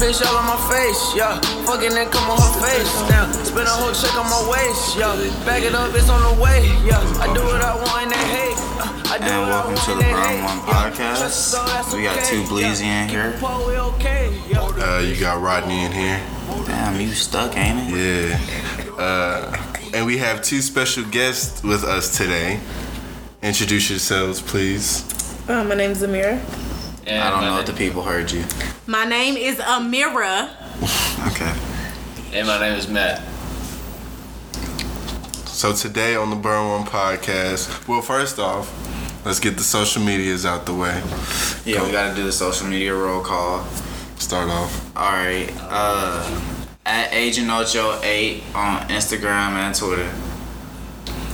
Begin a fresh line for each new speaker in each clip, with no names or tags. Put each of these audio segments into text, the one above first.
bitch all on my face, yeah. Fucking that come on her face now. Spend a whole check on my waist, yeah. Back it up, it's on the way, yeah. I do what I want and they hate. uh, I do
And
what I
welcome
want
to the
they
Brown
hate,
One
yeah.
Podcast.
Just so that's
We got
okay,
two Bleezy
yeah.
in here.
Keep it okay, yeah.
Uh, you got Rodney in here.
Damn, you stuck, ain't it?
Yeah. Uh, and we have two special guests with us today. Introduce yourselves, please.
Uh, my name's Amira.
I don't know if the people heard you.
My name is Amira.
Okay.
And my name is Matt.
So today on the Burn One podcast, well, first off, let's get the social medias out the way.
Yeah, we gotta do the social media roll call.
Start off.
All right. Uh, at Agent Ocho Eight on Instagram and Twitter.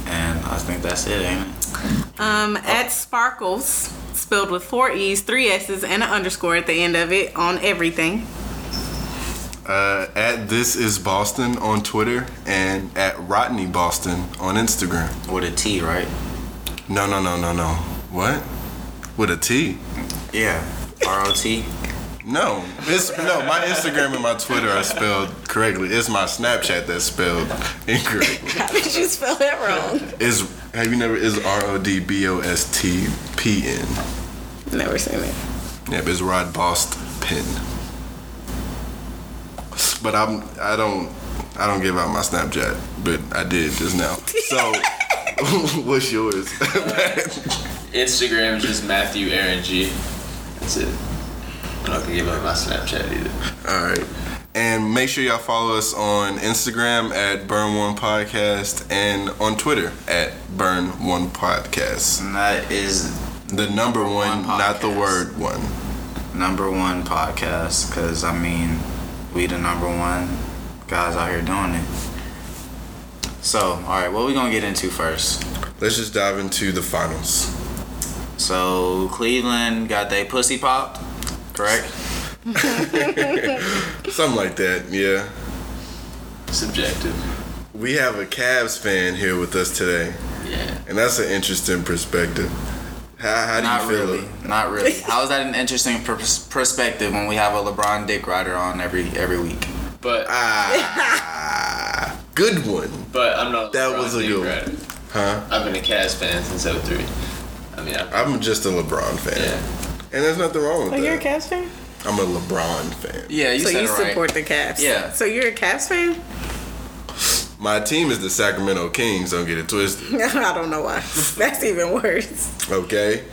And I think that's it, ain't it?
Um, at Sparkles, spelled with four E's, three S's, and an underscore at the end of it on everything.
Uh, at This Is Boston on Twitter and at Rodney Boston on Instagram.
With a T, right?
No, no, no, no, no. What? With a T?
Yeah. R O T.
No, it's no. My Instagram and my Twitter are spelled correctly. It's my Snapchat that's spelled incorrectly.
How did you spell that wrong?
Is have you never is R O D B O S T P N?
Never seen it.
Yep, it's Rod Bost Pin. But I'm I don't I don't give out my Snapchat, but I did just now. So what's yours?
Instagram is just Matthew Aaron G. That's it. I'm not gonna give up my Snapchat either.
All right. And make sure y'all follow us on Instagram at Burn One Podcast and on Twitter at Burn One Podcast.
And that is
The number one,
One
not the
podcast.
word one.
number one podcast. Cause I mean, we the number one guys out here doing it. So, all right, what we gonna get into first?
Let's just dive into the finals.
So Cleveland got they pussy popped, correct?
Something like that, yeah.
Subjective.
We have a Cavs fan here with us today,
Yeah.
and that's an interesting perspective. How, how do
Not
you feel?
really. Not really. How is that an interesting pers- perspective when we have a LeBron dick rider on every every week?
But
Ah, good one.
but I'm not.
That
LeBron
was a
James
good one.
rider.
Huh?
I've been a Cavs fan since 03. I mean, I,
I'm just a LeBron fan,
yeah.
and there's nothing wrong with
Oh,
that.
you're a Cavs fan?
I'm a LeBron fan.
Yeah, you
so
said
you
it right.
support the Cavs?
Yeah.
So you're a Cavs fan?
My team is the Sacramento Kings. Don't get it twisted.
I don't know why. That's even worse.
Okay,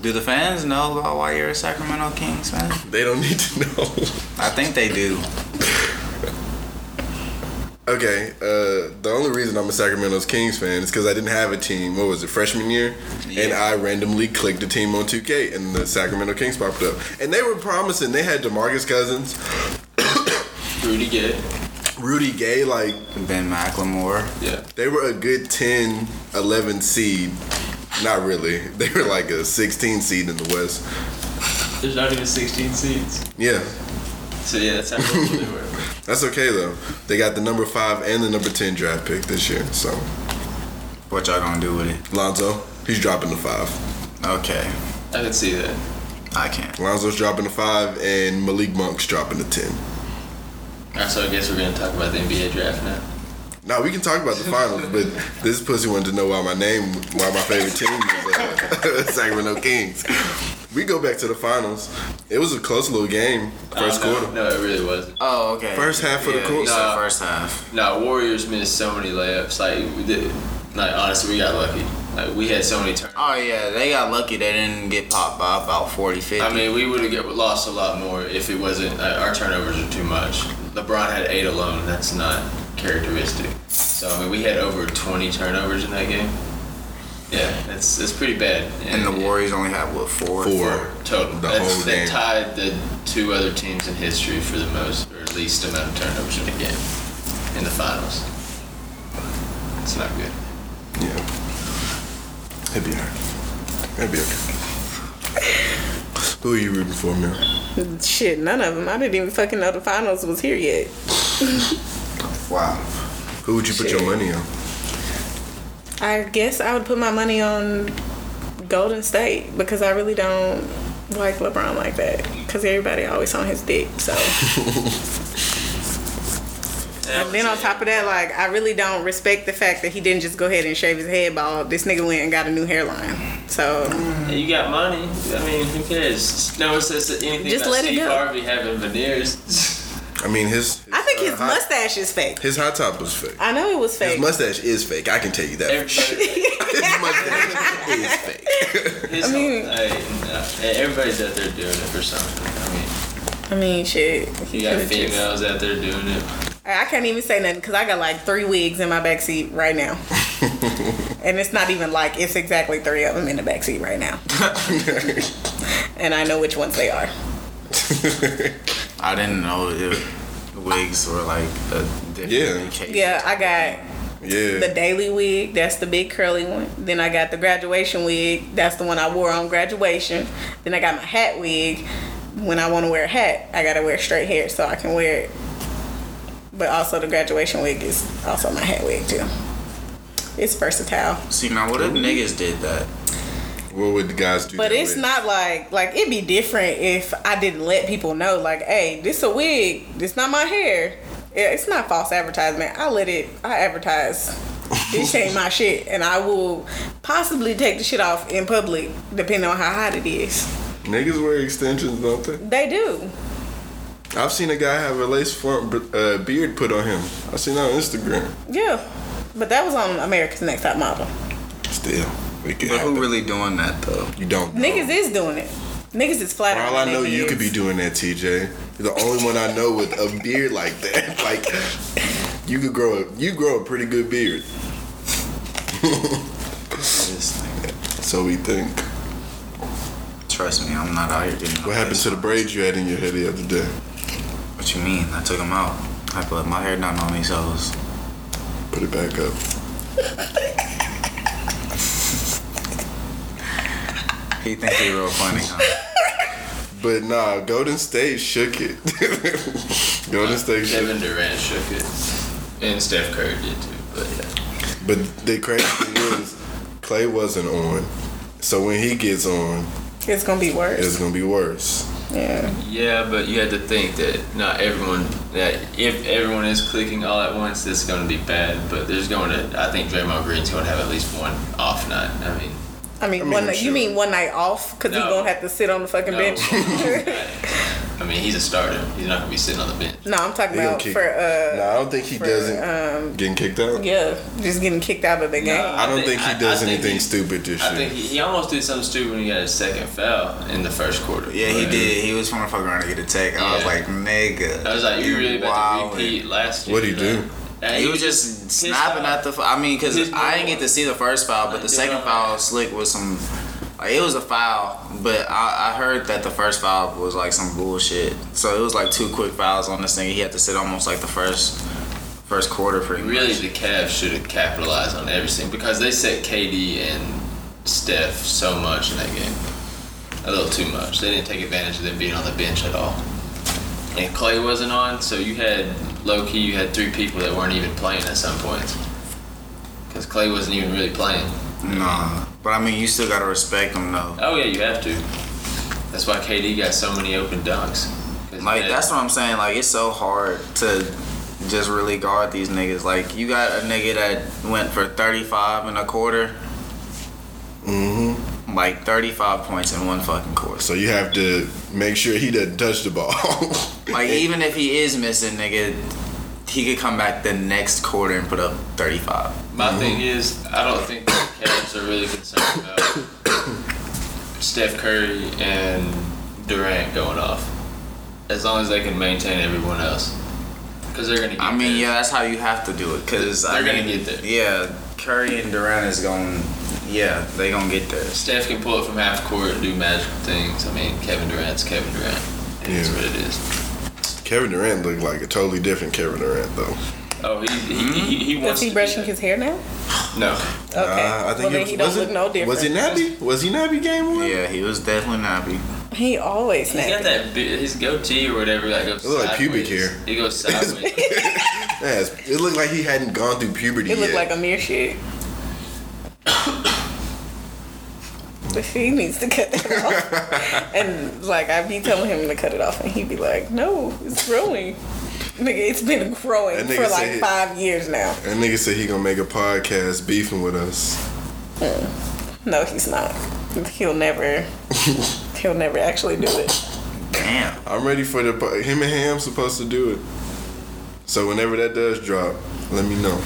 do the fans know about why you're a Sacramento Kings fan?
they don't need to know.
I think they do.
okay, uh, the only reason I'm a Sacramento Kings fan is because I didn't have a team. What was it, freshman year? And
Yeah.
I randomly clicked a team on 2K, and the Sacramento Kings popped up. And they were promising. They had DeMarcus Cousins,
Rudy Gay.
Rudy Gay. Like
Ben McLemore.
Yeah.
they were a good 10, 11 seed. Not really. They were like a 16 seed in the West.
There's not even 16 seats.
Yeah,
So yeah, that's how close they were.
that's okay though. They got the number five and the number 10 draft pick this year. So
What y'all gonna do with it?
Lonzo, he's dropping the five.
Okay,
I can see that.
I can't.
Lonzo's dropping the five, and Malik Monk's dropping the 10.
Alright, so I guess we're gonna talk about the NBA draft now.
Now we can talk about the finals, but this pussy wanted to know why my name, why my favorite team was uh, Sacramento Kings. We go back to the finals. It was a close little game, first
Oh, no,
quarter.
No, it really wasn't.
Oh, okay.
First half of the
Yeah,
court-
you said
No.
first half.
No, Warriors missed so many layups. Like, we did, like honestly, we got lucky. Like, we had so many turns.
Oh yeah, they got lucky. They didn't get popped by about 40, 50.
I mean, we would have lost a lot more if it wasn't uh, our turnovers are too much. LeBron had eight alone. That's not characteristic. So I mean, we had over 20 turnovers in that game. Yeah, that's that's pretty bad.
and the Warriors only had what four?
Four.
total.
the
that's,
whole
that
game.
tied the two other teams in history for the most or least amount of turnovers in a game in the finals. It's not good.
Yeah, it'd be alright. It'd be okay. Who are you rooting for, Mel?
Shit, none of them. I didn't even fucking know the finals was here yet.
Wow.
Who would you put your money on?
I guess I would put my money on Golden State because I really don't like LeBron like that because everybody always on his dick. So and then on top of that, like I really don't respect the fact that he didn't just go ahead and shave his head bald. This nigga went and got a new hairline. So
Hey, You got money. I mean, who cares? No one says that anything
Just
about
let it
Steve
go.
Harvey having veneers.
I mean, his.
I think
uh,
his
hot-
mustache is fake.
His hot top was fake.
Uh-huh. I know it was
His
fake.
mustache is fake. I can tell you that.
Everybody,
his mustache is fake.
his whole- hey, no. Hey, everybody's out there doing it for something. I mean,
I mean, shit. He
you got
could've just-
females out there doing it.
I can't even say nothing because I got like three wigs in my backseat right now. and it's not even like, it's exactly three of them in the backseat right now. and I know which ones they are.
I didn't know if wigs were like a different
Yeah.
occasion.
Yeah, I got the
Yeah.
daily wig, that's the big curly one. Then I got the graduation wig, that's the one I wore on graduation. Then I got my hat wig. When I want to wear a hat, I got to wear straight hair so I can wear it. But also, the graduation wig is also my hat wig, too. It's versatile.
See now, what if niggas did that?
What would the guys do?
But
that
it's
with?
not like like it'd be different if I didn't let people know like, hey, this a wig. This not my hair. Yeah, It's not false advertisement. I let it. I advertise. This ain't my shit, and I will possibly take the shit off in public, depending on how hot it is.
Niggas wear extensions, don't they?
They do.
I've seen a guy have a lace front uh, beard put on him. I seen that on Instagram.
Yeah, but that was on America's Next Top Model.
Still, we could
But
have
who
that.
really doing that though?
You don't. know.
Niggas is doing it. Niggas is flat
For
out.
all I know,
naked
you
is.
could be doing that, TJ. You're the only one I know with a beard like that. Like, you could grow a you grow a pretty good beard.
This nigga.
So we think.
Trust me, I'm not out here getting.
What happened to the braids you had in your hair the other day?
What you mean? I took them out. I put my hair down on these hoes.
Put it back up.
He thinks he real funny. Huh?
But nah, Golden State shook it. Golden State shook
Kevin Durant shook it, and Steph Curry did too. But yeah,
But the crazy thing is, Clay wasn't on. So when he gets on,
It's gonna be worse.
it's gonna be worse.
Yeah.
yeah, but you had to think that not everyone that if everyone is clicking all at once, this is going to be bad. But there's going to, I think Draymond Green's going to have at least one off night. I mean,
I mean,
I mean,
one. night-
sure.
You mean one night off? Cause
No.
he gonna have to sit on the fucking
no,
bench.
I mean he's a starter. He's not going to be sitting on the bench.
No, I'm talking
They gonna
about
kick-
for uh,
Nah, I don't think he
for,
doesn't
um,
getting kicked out.
yeah, just getting kicked out of the game.
No.
I don't
I
think,
think- I-
he does
I think
anything
he-
stupid this
I
year.
think he, he almost did something stupid when he got his second foul in the first quarter.
Yeah, he
But
did. He was trying to fuck around to get a tech. I was
Yeah.
like, nigga.
I was like, you really about
wildin'.
to repeat last year?
What'd he do?
Like,
He was just
pissed
snapping
off.
at the. f- I mean, because
His
I didn't
ball.
get to see the first foul, but the second foul, Slick was some. like, It was a foul, but I, I heard that the first foul was like some bullshit. So it was like two quick fouls on this thing. He had to sit almost like the first first quarter pretty much.
Really, the Cavs should have capitalized on everything because they set KD and Steph so much in that game. A little too much. They didn't take advantage of them being on the bench at all. And Clay wasn't on, so you had low key, you had three people that weren't even playing at some points. Because Clay wasn't even really playing.
Nah, but I mean, you still gotta respect him though.
Oh, yeah, you have to. That's why KD got so many open dunks. 'Cause uh,
Like
that-
that's what I'm saying. Like it's so hard to just really guard these niggas. Like you got a nigga that went for 35 and a quarter,
hmm
like 35 points in one fucking quarter.
So you have to make sure he doesn't touch the ball.
Like even if he is missing, nigga, he could come back the next quarter and put up 35.
My thing is, I don't think the Cavs are really concerned about Steph Curry and Durant going off. As long as they can maintain everyone else, because they're gonna. Get
I mean,
there.
yeah, that's how you have to do it because
They're gonna get there.
Yeah, Curry and Durant is going. Yeah, they gonna get there.
Steph can pull it from half court and do magic things. I mean, Kevin Durant's Kevin Durant. It is
Yeah.
what it is.
Kevin Durant looked like a totally different Kevin Durant though.
Oh, he he,
Mm-hmm.
he, he
Does
wants.
he
to
brushing
be,
his hair now?
No,
Okay.
Uh, I
well,
think
then
it,
he
was
don't
it-
look no different.
Was he nappy? Was he nappy game one?
Yeah, he was definitely nappy.
He always
he's got
nappy.
that bi- his goatee or whatever that goes.
It look like pubic
sideways.
hair.
It goes sideways.
Yeah, it's- it looked like he hadn't gone through puberty
It looked
yet.
like a mere shit. But he needs to cut that off. and like I be telling him to cut it off, and he be like, "No, it's growing, nigga. It's been growing
That
for
nigga
like
said-
five years now."
That nigga said he gonna make a podcast beefing with us.
No, he's not. He'll never. he'll never actually do it.
Damn.
I'm ready for the po- him and Ham supposed to do it. So whenever that does drop, let me know.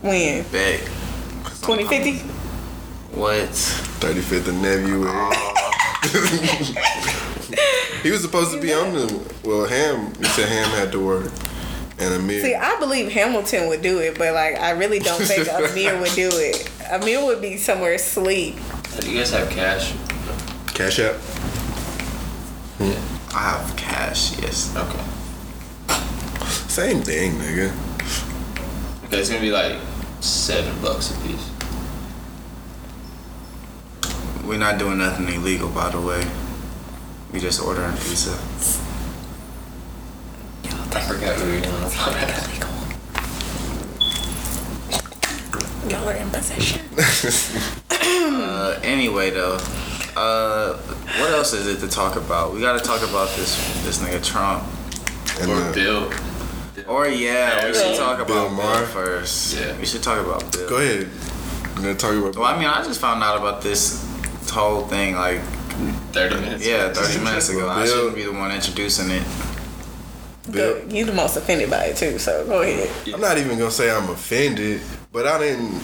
When
Bet.
2050?
What?
35th and Nephew. he was supposed to be on them. Well, Ham, he said Ham had to work. And Amir.
See, I believe Hamilton would do it, but like I really don't think Amir would do it. Amir would be somewhere asleep.
Do you guys have cash?
Cash App.
I have cash. Yes.
Okay.
Same thing, nigga.
Okay, it's gonna be like seven bucks a piece.
We're not doing nothing illegal, by the way. We just ordering pizza.
I forgot what we were doing.
Y'all are in possession.
Uh, anyway, though, uh, what else is it to talk about? We gotta talk about this this nigga Trump.
And
or
uh,
Bill.
Or yeah, we should talk
Bill
about Bill
Maher.
first.
Yeah.
We should talk about Bill.
go ahead. I'm gonna talk about.
Well, I mean, I just found out about this whole thing like
Thirty minutes.
yeah, 30 minutes ago. I
Bill-
shouldn't be the one introducing it.
Go, you the most offended by it too, so go ahead.
I'm not even gonna say I'm offended, but I didn't.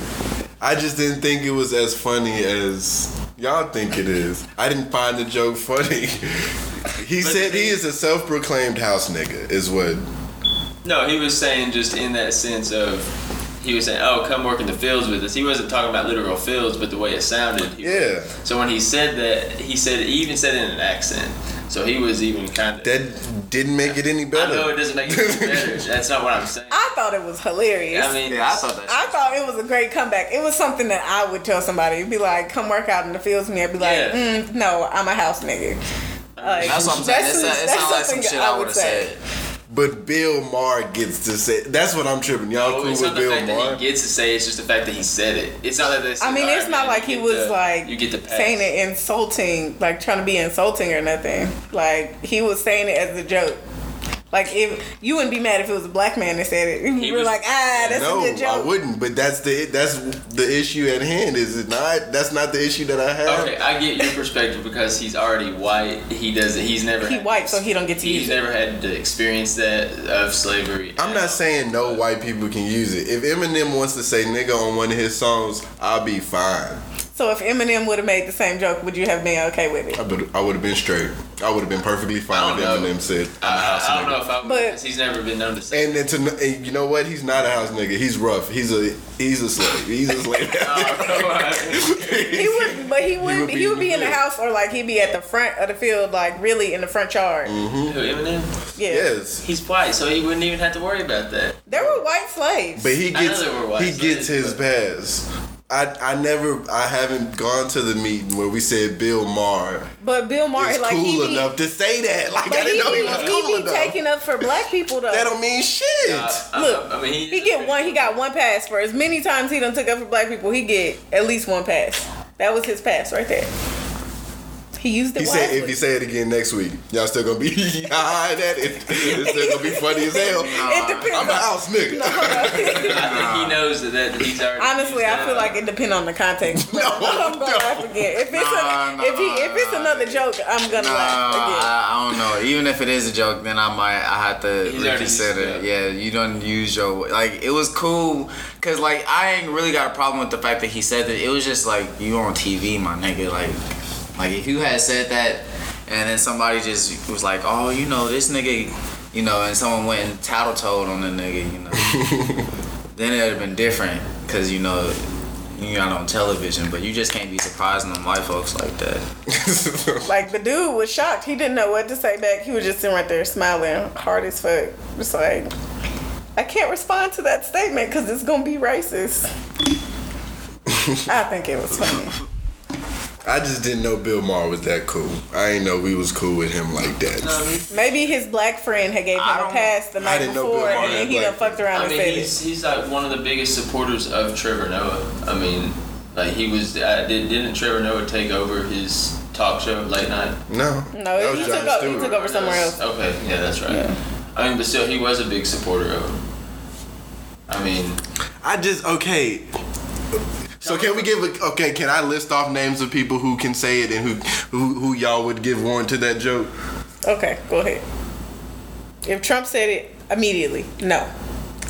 I just didn't think it was as funny as y'all think it is. I didn't find the joke funny. he said he is a self-proclaimed house nigga, is what.
No, he was saying just in that sense of he was saying, "Oh, come work in the fields with us." He wasn't talking about literal fields, but the way it sounded. he-
Yeah,
So when he said that, he said he even said it in an accent. So he was even kind of.
that didn't make it any
I
better.
know it doesn't make it any better. That's not what I'm saying.
I thought it was hilarious.
I mean,
Yeah, I thought that.
I thought it was a great comeback. It was something that I would tell somebody. It'd be like, come work out in the fields with me. I'd be like,
Yeah.
mm, no, I'm a house nigga. Like,
that's what I'm saying. It's not, it's not like some
something
shit I would have said.
But Bill Maher gets to say. That's what I'm tripping. Y'all
Oh,
cool
it's not
with
the
Bill
fact
Mahr?
that he gets to say it, it's just the fact that he said it. It's not that they said,
I mean,
"All
it's
right,
not
man,
like
you
he
get
was
the-
like
you get the pass.
saying it insulting, like trying to be insulting or nothing. Like he was saying it as a joke. Like if you wouldn't be mad if it was a black man that said it.
He
You were
was-
like, ah, that's
no,
a good
I
joke.
wouldn't. But that's the that's the issue at hand. Is it not? That's not the issue that I have.
Okay, I get your perspective because he's already white. He doesn't. He's never.
He
had-
white, so he don't get to
He's
use it.
never had to experience that of slavery.
I'm not saying no white people can use it. If Eminem wants to say nigga on one of his songs, I'll be fine.
So if Eminem would have made the same joke, would you have been okay with it?
I would I would have been straight. I would have been perfectly fine
I
if
don't know.
Eminem said I'm a
I,
house
I don't
nigga.
know if I would,
But-
because he's never been known to say.
And, then to, kn- and you know what? He's not a house nigga. He's rough. He's a he's a slave. He's a slave.
He would, but he would,
would
be,
be
he
in
would
the
be in the
field.
house or like he'd be at the front of the field, like really in the front yard.
Who Eminem?
Yeah.
yes,
He's white, so he wouldn't even have to worry about that.
There were white slaves.
but he
I know
gets
they were white
he gets
slaves,
his
but-
pass. I, I never I haven't gone to the meeting where we said Bill Maher
but Bill Martin,
is
like he
cool
be,
enough to say that. Like I
but he,
didn't know
be,
he was
he
cool
be
enough.
taking up for black people though.
that don't mean shit.
I- I-
Look,
I mean, he,
He get one. He got one pass for as many times he done took up for black people. He get at least one pass. That was his pass right there. He used it.
He said if
wisely.
you say it again next week, y'all still gonna be high at it. It's still gonna be funny as hell.
it depends.
I'm a
on,
house nigga.
I think he knows that, that he's already.
honestly, I feel like it depends on the context. But I'm gonna laugh again. If it's a,
Nah,
if he
nah,
if it's another joke, I'm gonna
No,
laugh
I, I don't know. Even if it is a joke, then I might I have to
He's already used
reconsider.
it.
Yeah, you don't use your like. It was cool because like I ain't really got a problem with the fact that he said that. It was just like you on TV, my nigga. Like, like if you had said that, and then somebody just was like, oh, you know, this nigga, you know, and someone went and tattletode on the nigga, you know, then it'd have been different because you know. You're not on television, but you just can't be surprising them white folks like that.
again. Like the dude was shocked. He didn't know what to say back. He was just sitting right there smiling hard as fuck. Just like I can't respond to that statement because it's gonna be racist. I think it was funny.
I just didn't know Bill Maher was that cool. I ain't know we was cool with him like that.
Maybe his black friend had gave him
I
a
don't-
pass the night
didn't know Bill
before,
Maher
and then
had
he done
black
fucked around
I
and
mean,
said
he's,
it.
he's like one of the biggest supporters of Trevor Noah. I mean, Like he was. I, did, didn't Trevor Noah take over his talk show late night?
No. that
No,
was
he
Jon
took, over, he
Stewart.
took over somewhere else.
Okay, yeah, that's right.
Yeah.
I mean, but still, he was a big supporter of him. I mean,
I just okay. So can we give a okay? Can I list off names of people who can say it and who who, who y'all would give warrant to that joke?
Okay, go ahead. If Trump said it immediately, no.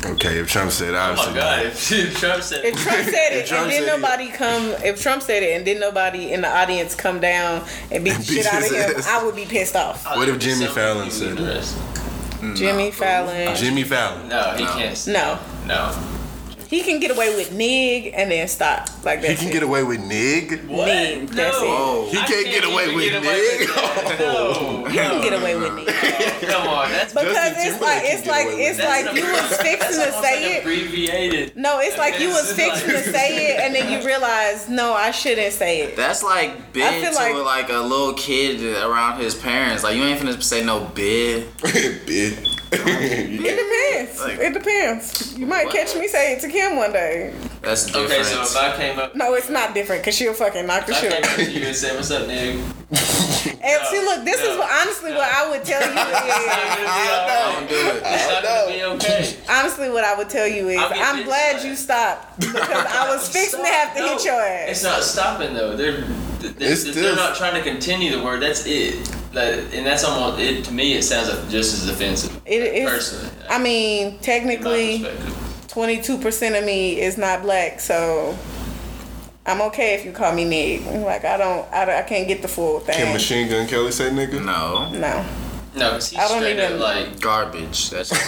Okay, if Trump said
oh my
obviously.
God, if, if Trump said,
If Trump said
If
it
Trump
and then
said it-
nobody come, if Trump said it and then nobody in the audience come down and beat the shit out of him,
Yes.
I would be pissed off.
What if Jimmy Fallon
He would
said it?
dress.
Jimmy Fallon.
Jimmy Fallon.
No, he can't. say-
No,
No.
he can get away with nig and then stop. Like that.
He can get away with nig.
What?
Nig. That's it.
Whoa.
Oh, He
I
can't get
even
away with nig.
that. No.
You can get away with nig.
Come on, that's
Because
Justin
it's
Timberlake
like
can get away with
it's like it's
that.
like
That's
you
not-
was fixing to
almost
say
like
it.
abbreviated.
No, it's like you was
It's like-
fixing to say it and then you realize, no, I shouldn't say it.
That's like
I
bid
feel
to
like-
like, a little kid around his parents. Like you ain't finna say no bid.
Bitch.
It depends.
Like-
it depends. You might catch me saying it to Kim one day.
That's different.
Okay, so if I came up,
No, it's not different because she'll fucking knock the
if I
shit
came
out.
up to you and said, "What's up, nigga?"
And see, look, this is
No,
what, honestly what I would tell you is.
I
Don't do it.
It's not gonna be okay.
honestly, what I would tell you is,
I'll get
I'm
bitch
glad
slapped.
you stopped because I was fixing to have to
No,
hit your ass.
It's not stopping though. They're they're,
It's
they're
still-
not trying to continue the word. That's it. Like, and that's almost it. To me, it sounds like just as offensive.
It is.
personally.
I mean,
from my
technically,
perspective.
22% of me is not black, so. I'm okay if you call me Nick. Like I don't, I, don't- I can't get the full thing.
Can Machine Gun Kelly say nigga?
No.
no,
No, 'cause he's
I don't
straight
even-
up like
Garbage. That's
don't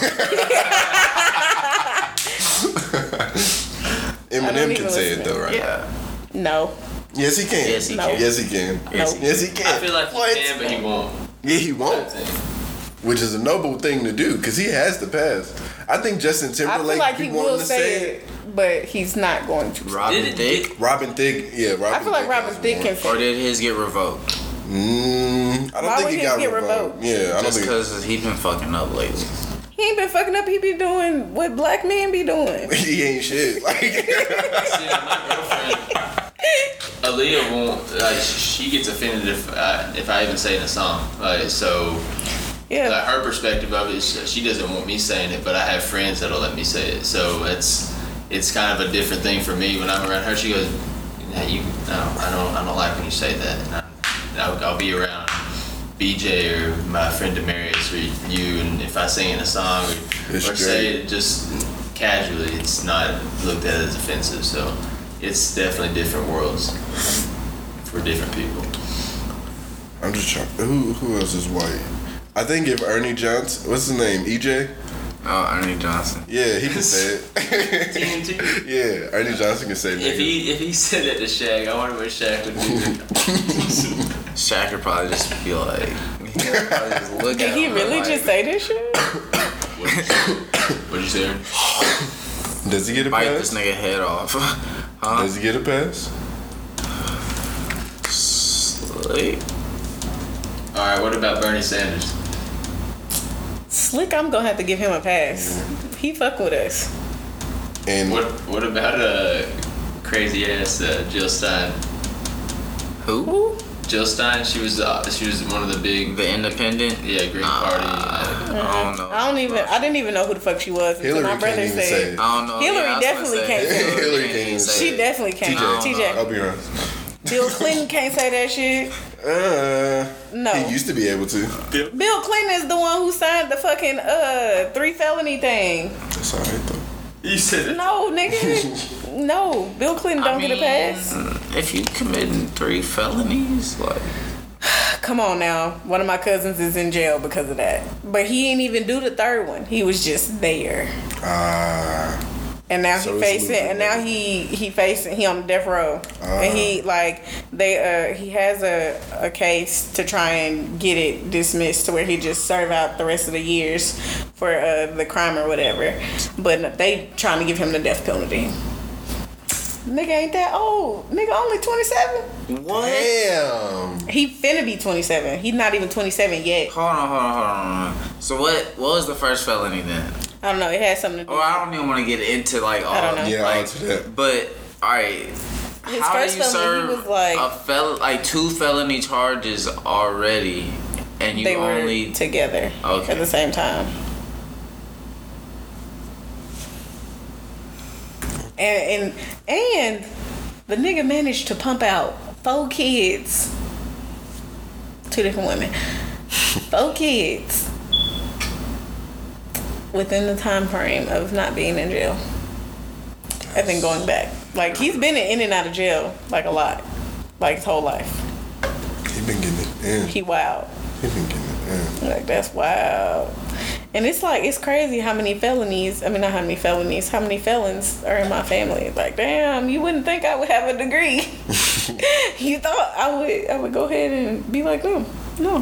Eminem
even
can say it
listen.
though, right?
yeah.
no.
Yes, he can.
Yes, he
No.
can.
Yes, he can.
Yes, he
Yes, he can.
I feel like
What?
he can, but he won't.
Yeah, he
Type
won't,
thing.
which is a noble thing to do because he has the past. I think Justin
I feel
Timberlake
like
be
he
wanting
will
to
say it, but he's not going to.
Robin
Did it-
Thicke.
Robin Thicke, yeah, Robin
I feel like
Thicke
Robin
has
Thicke
one.
can
Or
say it.
did his get revoked?
Mm, I don't
Why
think
would
he
his
got
get
revoked.
revoked?
Yeah, I don't
Just
think.
because he been fucking up lately.
He ain't been fucking up. He be doing what black men be doing.
he ain't shit. Like,
See, now, my girlfriend, Aaliyah won't like. She gets offended if I, if I even say it in a song. Like so, like
Yeah.
her perspective of it, is she doesn't want me saying it, but I have friends that'll let me say it. So it's it's kind of a different thing for me when I'm around her. She goes, "Nah, you, no, I don't, I don't like when you say that." And I, and I'll, I'll be around BJ or my friend Demarius or you, and if I sing in a song or,
It's
or say it just casually, it's not looked at as offensive. So it's definitely different worlds for different people.
I'm just trying. Who who else is white? I think if Ernie Johnson, what's his name, EJ?
Oh, Ernie Johnson.
Yeah, he can say it.
TNT.
yeah, Ernie Johnson can say
If
nigga.
he if he said that to Shaq, I wonder what Shaq would do.
Shaq would probably just be like. he would probably just look at
Did he
him
really
like-
just say this shit?
What'd you say?
Does he get a
bite this
pass?
nigga head off? huh?
Does he get a pass?
Slick.
All right. What about Bernie Sanders?
Slick, I'm gonna have to give him a pass. He fuck with us.
And
What What about uh crazy ass uh, Jill Stein?
Who?
Who?
Jill Stein. She was uh, she was one of the big
The Independent.
yeah Green
Nah,
Party.
I don't know.
I don't even. I didn't even know who the fuck she was until
Hillary
my
can't
brother
even say
said.
it.
I don't know.
Hillary
I was
definitely
gonna
can't say
it. Hillary can't even say
She definitely can't.
TJ.
TJ.
I'll be around.
Bill Clinton can't say that shit.
Uh,
No.
He used to be able to.
Bill Clinton is the one who signed the fucking uh three felony thing.
That's all right though.
You said
No, nigga. no, Bill Clinton don't get a pass.
If you committing three felonies, like
Come on now. One of my cousins is in jail because of that. But he ain't even do the third one. He was just there.
Ah,
And now
So
he
it's
facing
legal,
and
yeah.
now he he facing he on death row.
Ah.
and he like they uh he has a a case to try and get it dismissed to where he just serve out the rest of the years for uh the crime or whatever. But they trying to give him the death penalty. Nigga ain't that old. Nigga only 27.
what?
damn.
He finna be 27. He's not even 27 yet.
Hold on, hold on, hold on, hold on. So what? What was the first felony then? Oh,
I don't know. It has something to do.
Or I don't even want to get into like all.
I don't know.
Yeah,
like,
I'll do that.
But all right,
His
How
first
do you
felony,
serve
he was like
a fel- like two felony charges already, and you
they were
only
together
Okay.
at the same time. And and and the nigga managed to pump out four kids, two different women, four kids within the time frame of not being in jail. And then going back, like he's been in and out of jail like a lot, like his whole life.
He been getting it in.
He wild.
He been getting it
Like that's wild. And it's like it's crazy how many felonies. I mean, not how many felonies. How many felons are in my family? Like, damn, you wouldn't think I would have a degree. you thought I would? I would go ahead and be like them? No,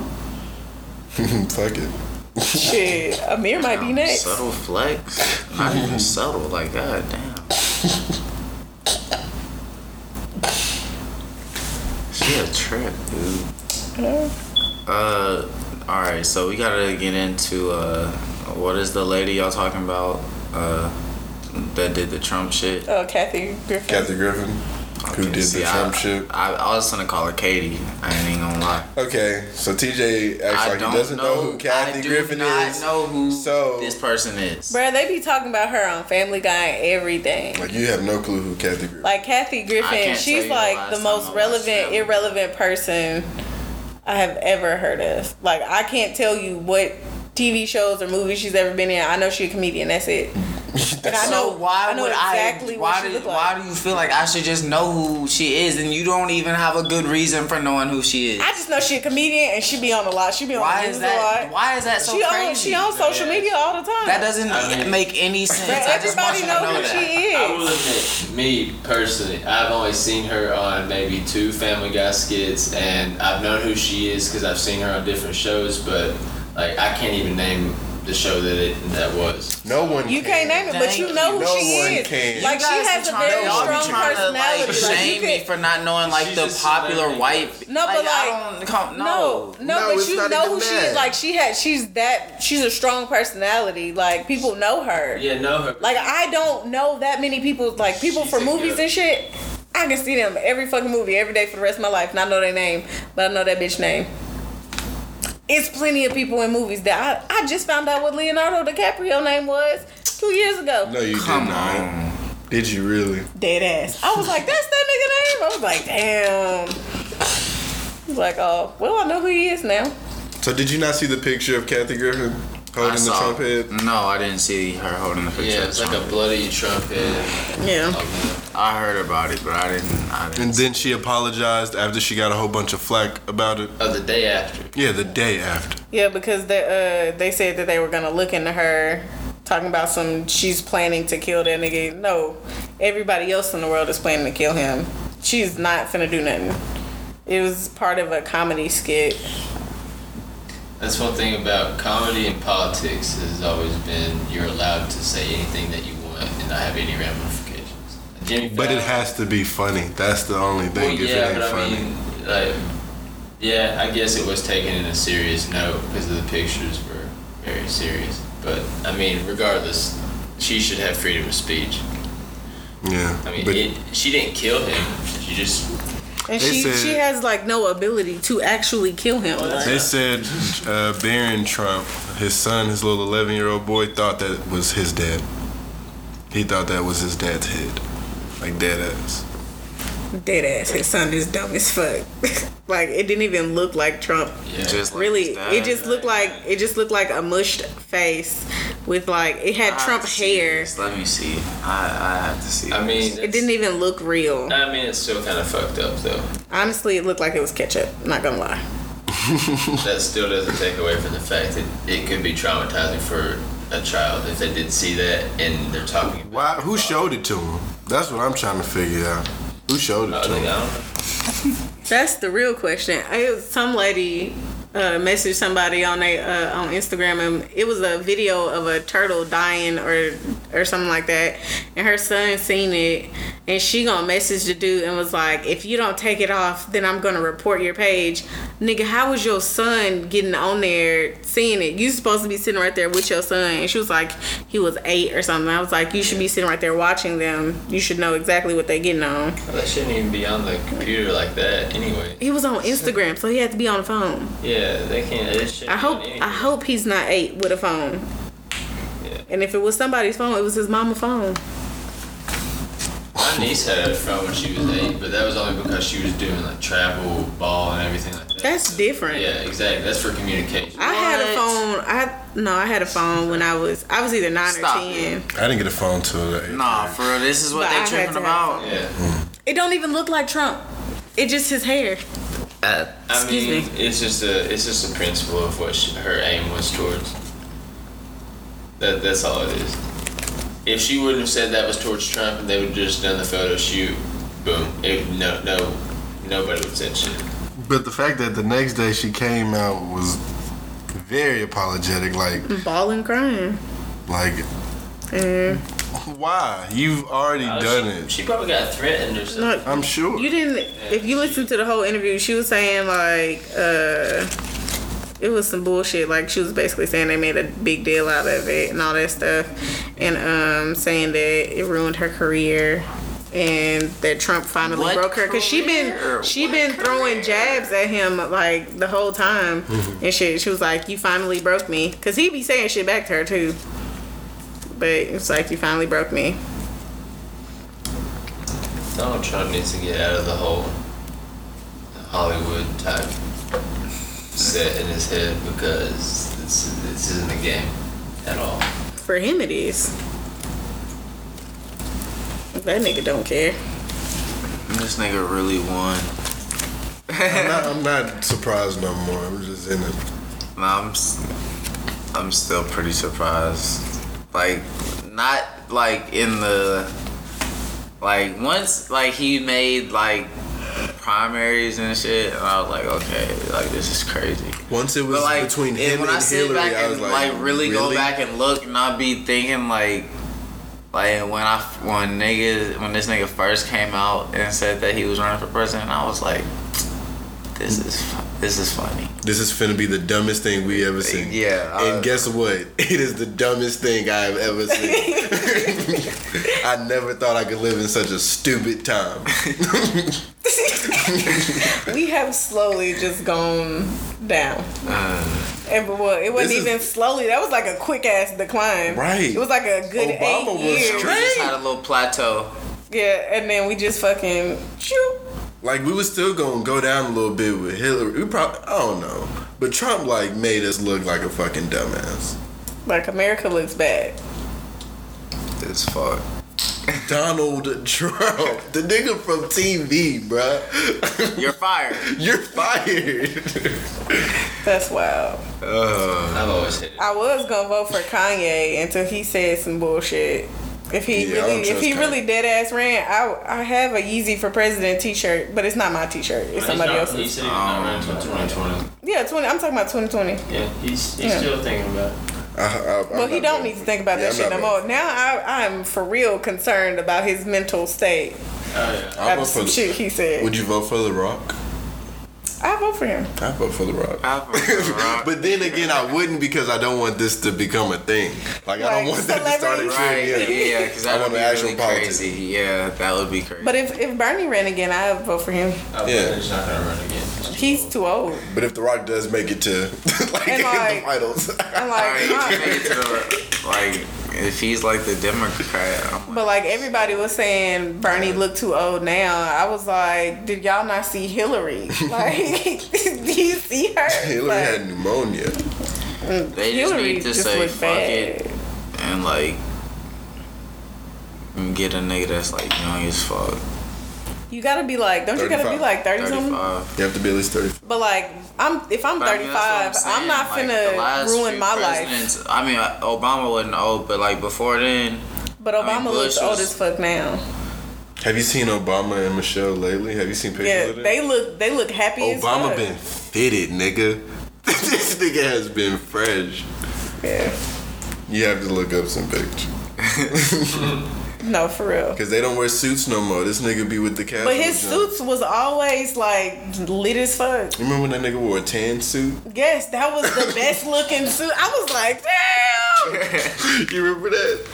in. Fuck it.
shit. Amir might be
um,
next.
subtle flex. Not even subtle. Like god damn. she a trip, dude.
Yeah.
Uh, all right. So we gotta get into uh, what is the lady y'all talking about? Uh, that did the Trump shit.
Oh, Kathy Griffin.
Kathy Griffin, who
Okay,
did
see,
the
I-
Trump shit.
I, I was gonna call her Katie. I ain't gonna lie.
Okay, so TJ acts
I
like
don't
he doesn't know, who Kathy
I do
Griffin
not
is.
know who
So-
this person is.
Bruh, they be talking about her on Family Guy and everything.
Like you have no clue who Kathy Griffin.
Like Kathy
I
Griffin,
can't tell
she's
you the
like
last
the
time I
most
watched
relevant,
Family Guy.
irrelevant person I have ever heard of. Like I can't tell you what TV shows or movies she's ever been in. I know she's a comedian. That's it. and I know
so why
I know
would
exactly
I?
what
Why
she
do
look like.
Why do you feel like I should just know who she is, and you don't even have a good reason for knowing who she is?
I just know she's a comedian and she be on a lot. She be on
why
the
is
news a
that?
lot.
Why is that so
she
crazy?
on she on social media all the time.
That doesn't make any sense.
Bruh,
I just want
everybody
you to
know,
know
who
that.
she
I
is.
will admit, me personally, I've only seen her on maybe two Family Guy skits, and I've known who she is because I've seen her on different shows. But like, I can't even name the show that it that was.
no one.
You can't name it, but you
Dang,
know who
no
she
one
is.
can.
Like she
You guys be
has a
trying to-
very
y'all be
strong
trying to,
personality.
Like,
Like, you
shame me
could,
for not knowing like
She's a
the popular
celebrity.
white.
No, but,
I
like,
don't, come,
No, no,
No,
but
it's
you
not
know who
even
she
that.
is. Like she had, she's that, she's a strong personality. Like people know her.
Yeah, know her.
Like I don't know that many people. Like people
She's
for
a
movies
good-
and shit. I can see them every fucking movie every day for the rest of my life, and I know their name, but I know that bitch name. It's plenty of people in movies that I, I just found out what Leonardo DiCaprio name was two years ago.
No, you
Come
did not.
on.
Did you really?
Dead ass. I was like, that's that nigga name. I was like, damn. I was like, oh, well, I know who he is now.
So did you not see the picture of Kathy Griffin
I
holding the
saw-
Trump head?
No, I didn't see her holding the picture.
yeah,
of
it's like a
Trump.
bloody trumpet.
Yeah.
I heard about it, but I didn't. I didn't.
And then she apologized after she got a whole bunch of flack about it.
Of the day after.
Yeah, the day after.
Yeah, because they uh they said that they were gonna look into her talking about some she's planning to kill that nigga. No, everybody else in the world is planning to kill him. She's not finna do nothing. It was part of a comedy skit.
That's one thing about comedy and politics has always been you're allowed to say anything that you want and not have any ramifications. Jimmy
But it
Fallon-
has to be funny. That's the only
Well,
thing. if it
yeah,
ain't
but
funny.
I mean, like, yeah, I guess it was taken in a serious note because the pictures were very serious. But I mean, regardless, she should have freedom of speech.
yeah.
I mean,
but
it, she didn't kill him. She just
And
They
she
said-
she has like no ability to actually kill him. Like,
They said uh, Barron Trump, his son, his little 11 year old boy, thought that was his dad. He thought that was his dad's head. Like dead ass.
dead ass. His son is dumb as fuck. like it didn't even look like Trump.
yeah.
Just like
Really,
that.
it just looked like it just looked like a mushed face with like it
I
had
have
Trump
to see
hair.
this. Let me see. I I have to see.
I
this.
mean,
It didn't even look real.
I mean, it's still kind of fucked up though.
Honestly, it looked like it was ketchup. Not gonna lie.
That still doesn't take away from the fact that it could be traumatizing for a child if they did see that and they're talking. About
Why? Who showed it to him? That's what I'm trying to figure out. Who showed it
I
to
think,
him?
I don't know.
That's the real question. I, it was some lady. uh, messaged somebody on a uh, on Instagram, and it was a video of a turtle dying or or something like that, and her son seen it, and she gonna message the dude and was like, "If you don't take it off, then I'm gonna report your page." Nigga, how was your son getting on there seeing it? You supposed to be sitting right there with your son, and she was like, "He was eight or something." I was like, "You should be sitting right there watching them. You should know exactly what they getting on."
That shouldn't even be on the computer like that anyway.
He was on Instagram, so he had to be on the phone.
Yeah, they can't. It shouldn't
I
be
hope
on anything.
I hope he's not eight with a phone.
Yeah.
And if it was somebody's phone, it was his mama's phone.
My niece had a phone when she was eight, but that was only because she was doing like travel, ball, and everything like that.
That's different.
Yeah, exactly. That's for communication.
I had a
What?
phone. I no, I had a phone when I was I was either nine
Stop
or ten.
I didn't get a phone till the eighth
Nah,
grade.
for real, this is what
But I
they
had
tripping
to have
about.
Yeah.
It don't even look like Trump. It just his hair.
I
Excuse
mean, it's just a it's just a principle of what she, her aim was towards. That that's all it is. If she wouldn't have said that was towards Trump, and they would have just done the photo shoot, boom, it no no nobody would have said shit.
But the fact that the next day she came out was very apologetic. Like,
Balling crying.
like,
Mm.
why? You've already done
she,
it.
She probably got threatened or
No,
something.
I'm sure.
You didn't. If you listen to the whole interview, she was saying like, uh, it was some bullshit. Like she was basically saying they made a big deal out of it and all that stuff, and um, saying that it ruined her career. And that Trump finally
What
broke her because she
career?
been she
What
been throwing jabs at him like the whole time and shit. She was like, "You finally broke me," because he be saying shit back to her too. But it's like you finally broke me.
Donald Trump needs to get out of the whole Hollywood type set in his head because this this isn't a game at all.
For him, it is. That nigga don't care.
This nigga really won.
I'm not, I'm not surprised no more. I'm just in it.
Nah, I'm, s- I'm still pretty surprised. Like, not like in the, like once like he made like primaries and shit, and I was like, okay, like this is crazy.
Once it was
But like
between
and
him
when
and
I sit
Hillary,
back
I was
and
like,
like, really, go back and look, and not be thinking like, like when I when niggas when this nigga first came out and said that he was running for president, I was like, this is fu- this is funny.
This is finna be the dumbest thing we ever seen.
Yeah, I-
and guess what? It is the dumbest thing I've ever seen. I never thought I could live in such a stupid time.
We have slowly just gone down. and but well, it
Uh,
wasn't
this is-
even slowly. That was like a quick ass decline.
Right.
It was like a good
Obama was
eight years.
We just had a little plateau.
Yeah, and then we just fucking shoot.
Like we was still gonna go down a little bit with Hillary. We probably I don't know, but Trump like made us look like a fucking dumbass.
Like America looks bad.
It's fuck.
Donald Trump, the nigga from TV, bruh.
You're fired.
You're fired. Uh,
That's wild.
I've always hated.
I was gonna vote for Kanye until he said some bullshit. If
Yeah,
he
I don't
really, if
trust
he
Kanye.
really dead ass ran, I I have a Yeezy for President T shirt, but it's not my T shirt. It's somebody
He's not- He
else's.
said he's not running until 2020.
Yeah, twenty. I'm talking about 2020.
Yeah, he's, he's
Yeah.
still thinking about it.
I, I, I'm
Well, he
not
don't
voting
need to
for-
think about
yeah,
that
I'm
shit
not
no
voting.
more. Now I I'm for real concerned about his mental state
Oh, yeah.
I vote
after
for
some
the,
shit he said.
Would you vote for The Rock?
I vote for him.
I vote for The Rock.
I vote for The Rock.
but then again, I wouldn't because I don't want this to become a thing. Like, I don't
Like,
want that to start a
celebrities.
Right.
trend. Yeah.
Yeah, because
I
that
want
would be
the actual
really
politics.
crazy. Yeah, that would be crazy.
But if if Bernie ran again, I would vote for him.
Oh,
Yeah.
He's not going to run again.
He's too old.
But if The Rock does make it to like,
And,
the
like-
finals,
I'm
All right,
like,
you
nah.
can make it to the, like if he's like the Democrat, I'm like,
But like everybody was saying, Bernie looked too old now. I was like, did y'all not see Hillary? Like, do you see her?
Hillary
like, mm,
had pneumonia.
they just need to say fuck it and like and get a nigga that's like young as fuck,
You gotta be like, don't you gotta be
35.
like thirty
thirty
something?
five.
You have to be at least 30.
But like, I'm if I'm
But I
thirty
mean, that's
five,
what
I'm,
saying,
not
like, the
finna
last
ruin
few
my life.
presidents- I mean, uh, Obama wasn't old, but like before then,
But
I mean,
Obama looks
Bush
old
was-
as fuck now.
Have you seen Obama and Michelle lately? Have you seen pictures
Yeah,
of them?
they look they look happy. as
Obama
fuck.
been fitted, nigga. this nigga has been fresh.
Yeah.
You have to look up some pictures.
No, for real.
Cause they don't wear suits no more. This nigga be with the casual.
But his
joint.
suits was always like lit as fuck.
You remember when that nigga wore a tan suit?
Yes, that was the best looking suit. I was like, damn,
you remember that?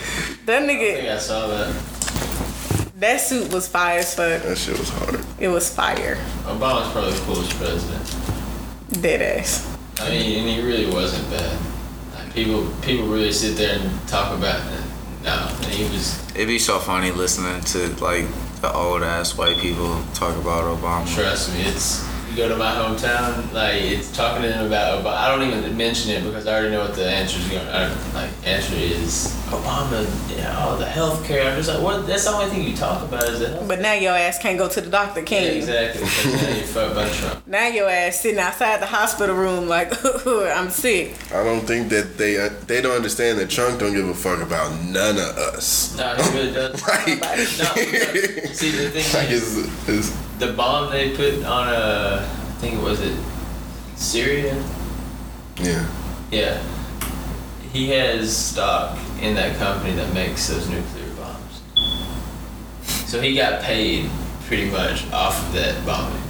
that
I
nigga,
think I saw that.
that suit was fire as fuck.
That shit was hard.
It was fire,
Obama's probably the coolest president.
dead ass.
I mean, and he really wasn't bad. Like, people, people really sit there and talk about it. No, he was.
It'd be so funny listening to like the old ass white people talk about Obama.
Trust me, it's. You go to my hometown, like it's talking to them about Obama. I don't even mention it because I already know what the answer is going. I, like answer is Obama. Yeah, oh, the health care. I'm just like, what? That's the only thing you talk about is the health.
But now your ass can't go to the doctor, can
Yeah,
you?
exactly. Because now you're fucked by Trump.
Now your ass sitting outside the hospital room like, I'm sick.
I don't think that they uh, they don't understand that Trump don't give a fuck about none of us.
No, he really does.
Like,
No, no. See, the thing
like
is,
it's, it's,
the bomb they put on uh, I think it was it Syria.
yeah.
Yeah, he has stock in that company that makes those nuclear bombs. So he got paid pretty much off of that bombing.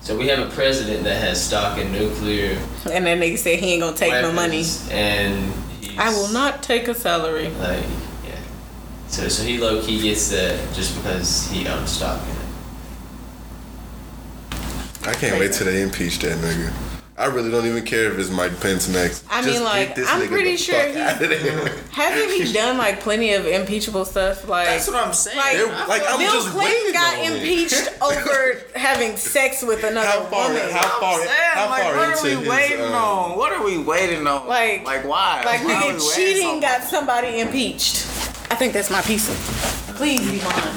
So we have a president that has stock in nuclear
And that nigga said he ain't gonna take no money.
weapons, and he's,
I will not take a salary.
Like, yeah. So so he low key gets that just because he owns stock in it.
I can't wait till they impeach that nigga. I really don't even care if it's Mike Pence next.
I mean,
Just
like,
get this
I'm
nigga
pretty
the
sure
fuck
he-
out of there.
Hasn't he done like plenty of impeachable stuff? Like,
That's what I'm saying.
Like,
They're- like, I'm
Bill
just
Clinton
waiting
got
on it.
impeached over having sex with another
How far?
woman.
How far?
Damn,
how
like,
far
what are
into
we
his,
waiting
uh,
on? What are we waiting on?
Like-
like why? Why are
like
we
nigga
waiting so
cheating
long?
got somebody impeached. I think that's my piece of. Please be mine.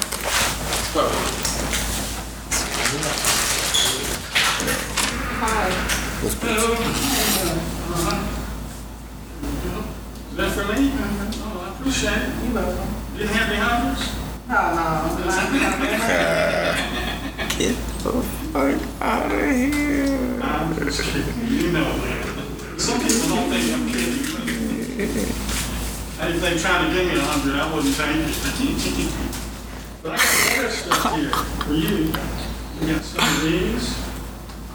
Left for me? Oh, I appreciate it. You welcome. Didn't have any hundreds?
Get the fuck out of here.
You know, man. Some people don't think I'm kidding. I didn't think trying to give me a hundred, I wouldn't change it. But I got other stuff here for you. You got some of these.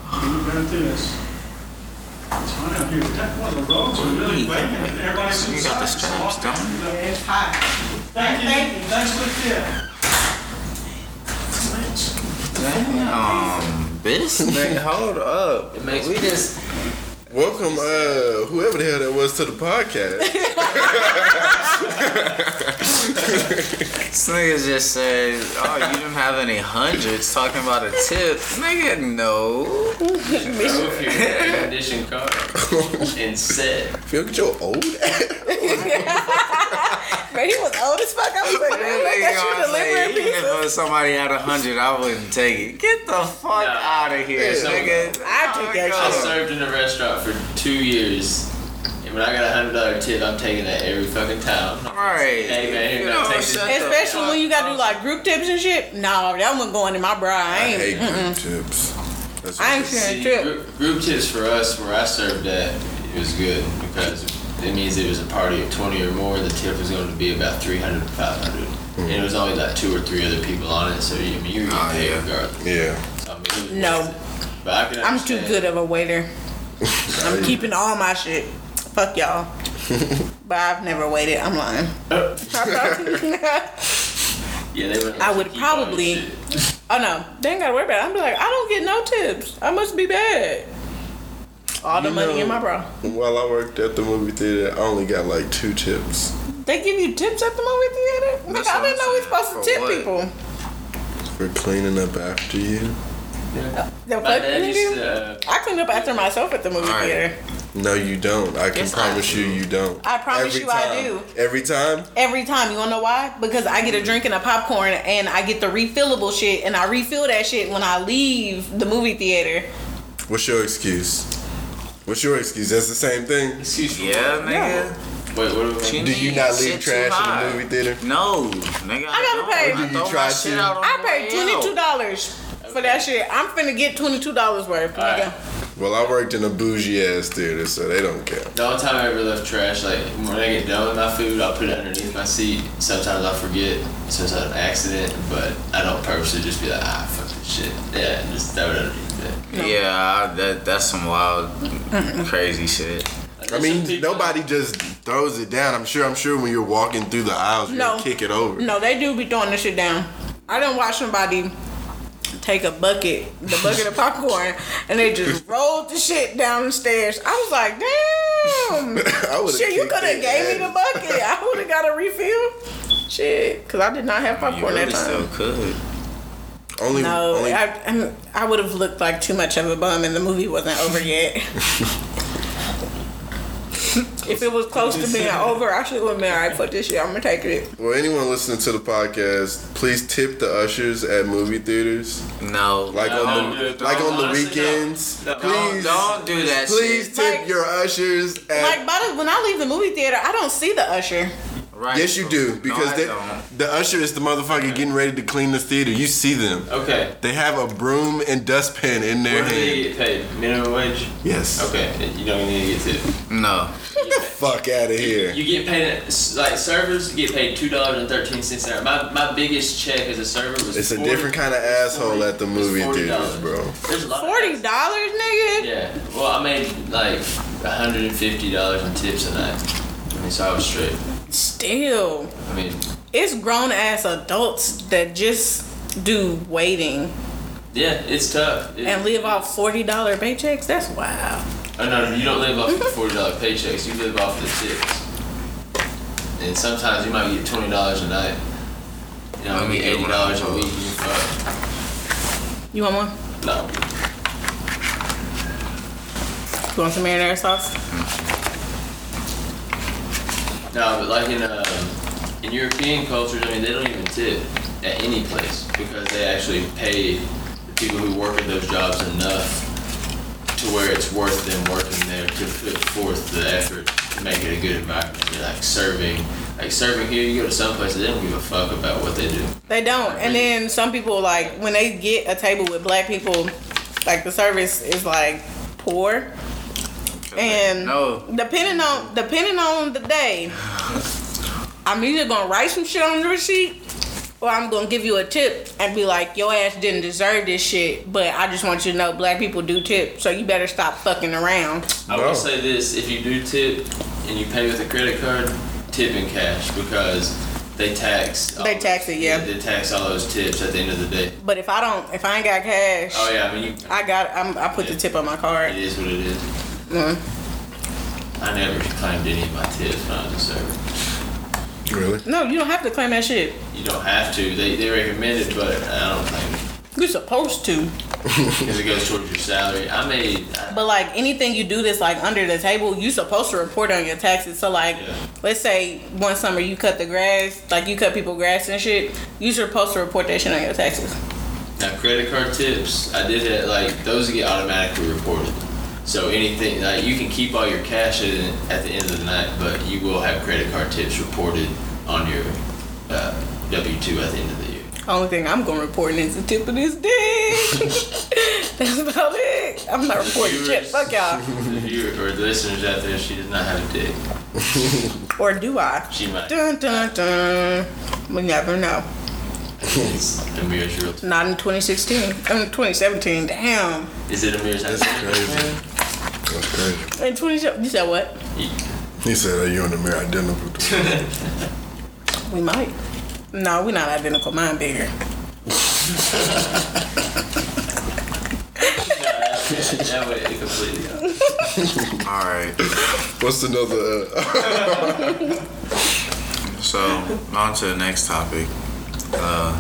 And you got this. It's hot out here. That one, the roads are really vacant. Everybody's
You got
inside.
the straps, don't you?
It's hot. Thank you. Thanks for the tip.
Damn, bitch. nigga, hold up.
It makes we just
Welcome, uh, whoever the hell that was to the podcast.
This nigga just said, "Oh, you didn't have any hundreds Talking about a tip, nigga. No,
move your air conditioned car and set.
Feel get your old ass.
But he was old as fuck. I was
That
like, man, I
nigga
got you
gonna say,
delivering
even
pizza.
if somebody had a hundred, I wouldn't take it. Get the fuck
Nah.
out of here,
Yeah.
nigga.
I took that
I
Oh,
served in a restaurant for two years. And when I got a hundred dollar tip, I'm taking that every fucking time.
God. Right.
Hey man,
You
here,
know,
gotta take this.
shut the
Especially when you gotta do like group tips and shit. No, that one going in my bra. I
I hate
ain't.
group tips. That's
I ain't
what-
sharing
See,
trip.
group, group tips for us where I served at, it was good because it means it was a party of 20 or more. The tip was going to be about 300 to 500. And it was only like two or three other people on it, so you, I mean, you were getting
Oh,
paid
yeah.
regardless.
yeah.
So, I mean, it was
No.
worth it. But I can
I'm too
understand.
good of a waiter. I'm keeping all my shit. Fuck y'all. but I've never waited. I'm lying. Oh,
Yeah, they would.
I would
keep all your
probably-
shit.
Oh no, they ain't gotta worry about it. I'm be like, I don't get no tips. I must be bad. All the
You
money in
know-
my bra.
While I worked at the movie theater, I only got like two tips.
They give you tips at the movie theater? Nigga,
That's
I
what
didn't
I'm
know we
saying.
supposed to
For
tip
what?
people.
For cleaning up after you.
The
My
fuck
dad
you do?
used to.
I cleaned up after myself at the movie
Alright.
theater.
No, you don't. I can
Yes, I
promise
do.
you, you don't.
I promise you I
time.
do.
Every time?
Every time. You wanna know why? Because I get a drink and a popcorn and I get the refillable shit and I refill that shit when I leave the movie theater.
What's your excuse? What's your excuse? That's the same thing.
Excuse me.
Yeah, nigga.
Wait, what? About,
She
Do you not
needs
leave
shit too
trash in
high.
the movie theater?
No, nigga. I,
gotta
don't.
pay.
I
Do you
throw my
try
shit
to?
out on
I
the
paid
way out.
twenty two dollars for that shit. I'm finna get twenty two dollars worth,
Alright.
nigga.
Well, I worked in a bougie ass theater, so they don't care.
The only time I ever left trash, like when I get done with my food, I'll put it underneath my seat. Sometimes I forget, sometimes an accident, but I don't purposely just be like, ah, fuck this shit. Yeah, and just throw it underneath it.
Yeah, I, that that's some wild, crazy shit.
Like,
I
there's some
mean,
people-
nobody just throws it down. I'm sure. I'm sure when you're walking through the aisles, you're
No.
gonna kick it over.
No, they do be throwing this shit down. I didn't watch somebody take a bucket, the bucket of popcorn, and they just rolled the shit down the stairs. I was like, damn.
I would've
shit, you
kicked
could
their
have gave me the
ass.
bucket. I would have got a refill. Shit, because I did not have
You
popcorn
really
that
still
time.
could.
Only,
No,
only
I, I'm- I would have looked like too much of a bum, and the movie wasn't over yet. if it was close to being over, I should have been all right. Fuck this shit. I'm gonna take it.
Well, anyone listening to the podcast, please tip the ushers at movie theaters,
No,
like
No,
on
oh,
the
dude,
like
no,
on the
honestly, no.
weekends.
No,
Please,
don't, don't do that.
please
shit.
tip
Like-
your ushers at.
Like, by the, when I leave the movie theater, I don't see the usher.
Right.
Yes, you do
No,
because
I
they-
don't.
the usher is the motherfucker getting ready to clean the theater. You see them.
Okay.
They have a broom and dustpan in their
What do they
hand.
get paid? Minimum wage?
Yes.
Okay, you don't need to get tipped.
no.
Fuck out of here.
You get paid like servers get paid two dollars and thirteen cents an hour. My, my biggest check as a server was
It's a
40
different kind of asshole at the
it's
movie
$40.
theaters, bro.
There's a lot of-
Forty dollars, nigga.
Yeah. Well, I made like hundred and fifty dollars in tips a night. I mean, so I was straight.
Still,
I mean,
it's grown ass adults that just do waiting
yeah, it's tough. It-
and live off forty dollar paychecks. That's wild.
oh, no, you don't live off the forty dollar paychecks. You live off the tips. And sometimes you might get twenty dollars a night. You know,
Let me
maybe
get
eighty
one
dollars
of
a
those.
week. You fuck.
You want more?
No.
You want some marinara sauce?
No, but like in uh, in European cultures, I mean, they don't even tip at any place because they actually pay the people who work at those jobs enough to where it's worth them working there to put forth the effort to make it a good environment. You're like serving, like serving here. You go to some places, they don't give a fuck about what they do.
They don't. And then some people like when they get a table with black people, like the service is like poor. And
No.
depending on depending on the day, I'm either gonna write some shit on the receipt or I'm gonna give you a tip and be like, your ass didn't deserve this shit, but I just want you to know black people do tip, so you better stop fucking around.
I
No.
will say this: if you do tip and you pay with a credit card, tip in cash because they tax. all
They
those-
tax it, yeah.
They tax all those tips at the end of the day.
But if I don't, if I ain't got cash,
Oh yeah, I mean you.
I got, I'm, I put the tip on my card.
It is what it is.
Mm.
I never claimed any of my tips when I was a server.
Really?
No, you don't have to claim that shit.
You don't have to. They, they recommend it, but I don't claim it
You're supposed to.
because it goes towards your salary. I made. I,
But like anything you do that's like under the table, you supposed to report on your taxes. So like,
Yeah.
let's say one summer you cut the grass, like you cut people grass and shit, you supposed to report that shit on your taxes.
now credit card tips. I did it like those get automatically reported. So anything like you can keep all your cash in, at the end of the night, but you will have credit card tips reported on your uh, W two at the end of the year.
Only thing I'm gonna report is the tip of this dick. that's about it. I'm not reporting shit. Fuck y'all.
The viewer or the listeners out there, she does not have a dick.
Or do I?
She might.
Dun dun dun. We never know.
Amir's real.
Not in 2016. In 2017. Damn.
Is it Amir's?
That's crazy. That's crazy.
In 20. You said what?
He said, "Are you in the mirror identical?" To me?"
We might. No, we're not identical. Mine bigger.
that way it completely.
All right.
What's another? Uh,
So on to the next topic. Uh,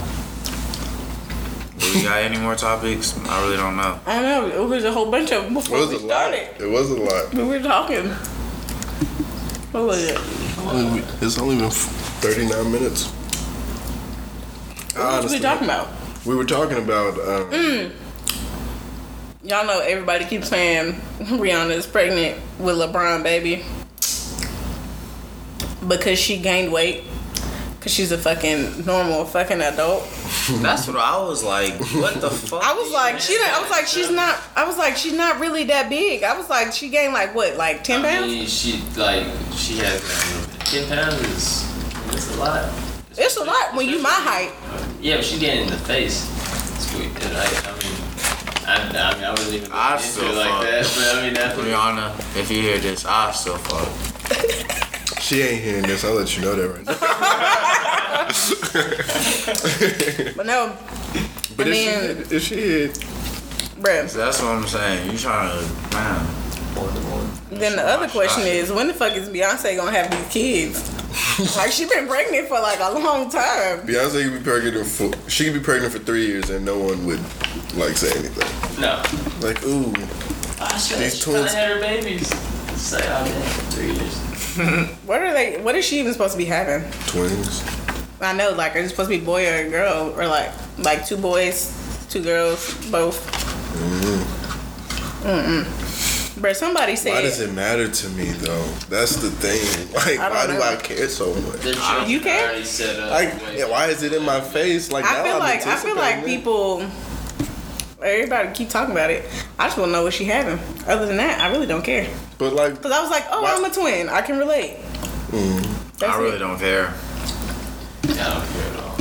do we got any more topics? I really don't know.
I don't know. It was a whole bunch of them
it
before
was
we
a lot.
started.
It was a lot.
We were talking. What was it?
It's only been thirty-nine minutes.
What was we talking about?
we were talking about. Um,
Mm.
Y'all know everybody keeps saying Rihanna is pregnant with LeBron baby because she gained weight because she's a fucking normal fucking adult.
That's what I was like. What the fuck?
I was like, she. done- I was like, she's not. I was like, she's not really that big. I was like, she gained like what, like ten
I
pounds?
mean, she like she had um, ten pounds. Is that's a lot.
It's a lot when you my height.
Yeah, but she getting in the face. It's weird. And I, I mean, I, I mean, I wasn't even
I
looking
still
into it like
fuck.
that. But I mean, that's what
Rihanna, if you hear this, I still fuck.
She ain't hearing this. I'll let you know that right now.
But no,
But if she,
Man.
hit- if she hit,
bruh.
That's what I'm saying. You trying to man?
Then the other question is, when the fuck is Beyonce gonna have these kids? like she been pregnant for like a long time.
Beyonce could be pregnant for she could be pregnant for three years and no one would like say anything.
no.
Like ooh,
I should
These
have
twins-
had her babies. It's like, oh, man, three years.
What are they? What is she even supposed to be having?
twins.
I know, like, are you supposed to be boy or a girl, or like, like two boys, two girls, both? Mm. Mm. Bruh, somebody
Mm-hmm. Why
said
does it matter to me though? That's the thing. Like
I don't
why do
know.
I care so much?
Their children
You care?
Already set up.
Like
Wait.
yeah, why is it in my face? Like now
I feel
I'm
like I feel like
anticipating it.
people. Everybody keep talking about it. I just want to know what she having. Other than that, I really don't care.
But like
Cause I was like, oh,
Why-
I'm a twin. I can relate. That's
I really
it.
don't care.
I don't care at all.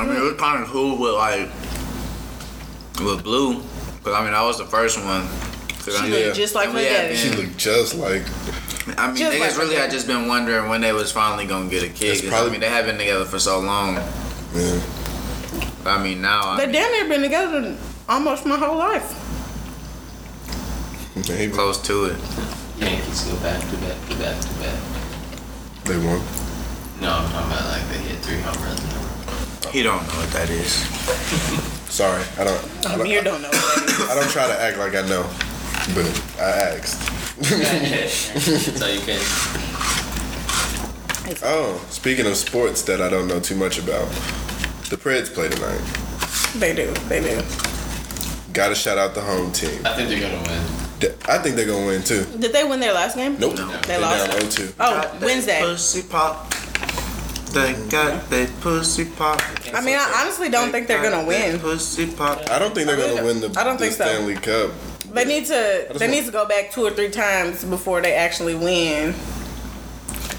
I mean, it was kind of cool with like with Blue, because I mean, I was the first one.
Uh,
'Cause I
She
knew-
looked just like
Yeah,
my daddy.
she looked just like
I mean,
Just
niggas
like-
really had just been wondering when they was finally gonna get a kid.
It's
'cause, I
probably-
mean, they have been together for so long.
yeah.
I mean, now I
They
mean,
damn near been together almost my whole life.
Maybe
close to it.
Yankees go back to back to back to back.
they won.
No, I'm talking about like they hit three home runs in a row.
He don't know what that is.
Sorry, I don't I
I'm here,
don't,
don't know. What that
I don't try to act like I know. But I asked.
so you can.
Oh, speaking of sports that I don't know too much about, the Preds play tonight.
is. they do, they do.
Got to shout out the home team.
I think they're gonna win.
D- I think they're gonna win too.
Did they win their last game?
Nope,
They lost.
down 0-2.
Oh, Wednesday.
Pussy pop. They got they pussy pop.
I mean, I honestly don't think they're gonna win.
Pussy pop.
I don't think they're gonna win the,
I don't
the
think so.
Stanley Cup.
They need to. They
want-
need to go back two or three times before they actually win.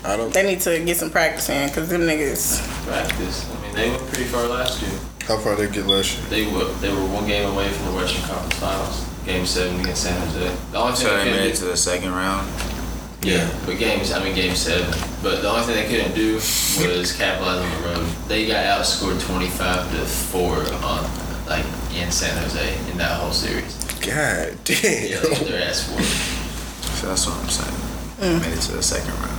I don't.
They need to get some practice in, cause them niggas.
Practice. I mean, they went pretty far last year.
How far they get last year?
They were they were one game away from the Western Conference Finals. Game seven against San Jose. The only thing
So they made
they
it to
couldn't
the second round.
do, yeah, but games I mean game seven. But the only thing they couldn't do was capitalize on the road. They got outscored twenty five to four on like in San Jose in that whole series.
God
Yeah,
damn.
their ass whooped.
So that's what I'm saying. Made it to the second round.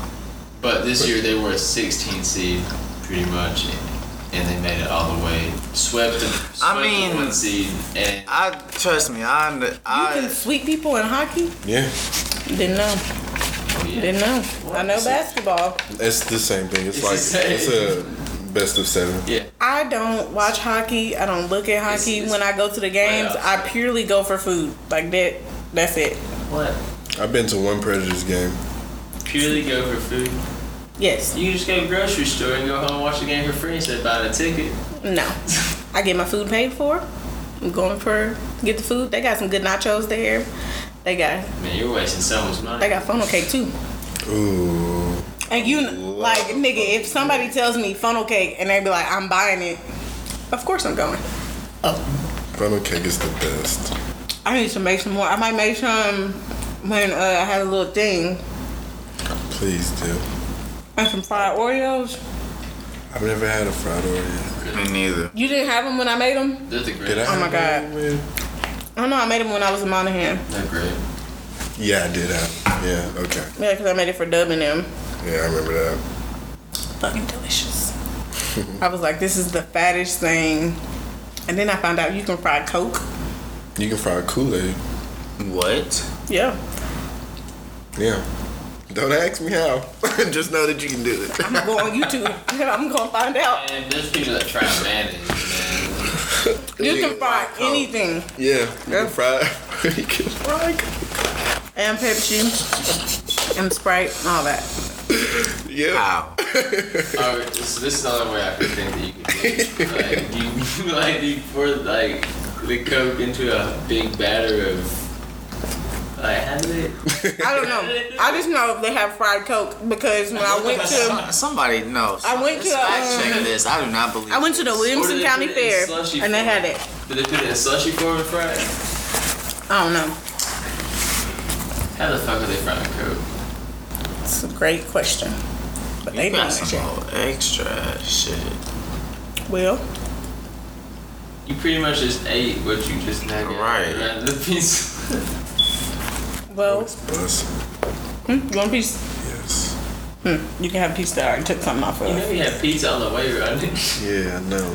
But this year they were a 16 seed, pretty much, and they made it all the way. Swept the, swept
I
the
mean-
one seed, and
I trust me. I under-
You
I
can sweep people in hockey.
Yeah,
Didn't know.
oh,
Didn't know. I know basketball.
it's the same thing. It's,
It's the
like
same.
it's a best of seven.
yeah,
I don't watch hockey. I don't look at hockey.
it's
when I go to the games,
playoffs.
I purely go for food. Like that. That's it.
what?
I've been to one Predators game.
Purely go for food.
Yes.
You can just go to the grocery store and go home and watch the game for free instead of buying a ticket.
No. I get my food paid for. I'm going for get the food. They got some good nachos there. They got
Man, you're wasting someone's money.
they got funnel cake too.
Ooh,
And you like nigga, if somebody tells me funnel cake and they be like, I'm buying it, of course I'm going.
funnel cake is the best.
I need to make some more. I might make some when uh, I had a little thing
Please do.
and some fried Oreos.
I've never had a fried Oreo.
me neither.
You didn't have them when I made them.
They're the
Did I?
great.
Oh my
have one, man?
I don't know. I made them when I was in Monahan.
They're great.
Yeah, I did have. Yeah, okay.
Yeah, because I made it for Dub and them.
Yeah, I remember that.
Fucking delicious. I was like, this is the fattest thing. And then I found out you can fry Coke.
You can fry Kool Aid.
What?
Yeah.
Yeah. Don't ask me how. Just know that you can do it.
I'm going to go on YouTube. I'm going to find out.
And there's people that try mayonnaise, man.
You can fry
Coke.
anything.
Yeah. You can fry. you can fry.
And Pepsi. And Sprite and all that.
Yeah.
Wow.
All right, this, this is the only way I could think that you could do it. Like, you, like, you pour, like, the Coke into a big batter of, like, how did it?
I don't know. I just know if they have fried Coke because when I went to
um,
Some- Somebody knows.
I went to,
fact
um,
check this. I do not believe.
I went to the
this.
Or do
Williamson
they
County
put it in
Fair
slushy
and they
form?
had it.
Did they put it in slushy form and fry it?
I don't know.
How the fuck are they frying Coke?
It's a great question. But they
You
know
got
that
some
shit.
old extra shit.
Well,
You pretty much just ate what you just had.
Right.
The piece.
well,
Bus.
hmm, you want a piece?
Yes.
Hmm, you can have a piece that I already took something off
You know
of.
you had pizza on the way, right?
Yeah, I know.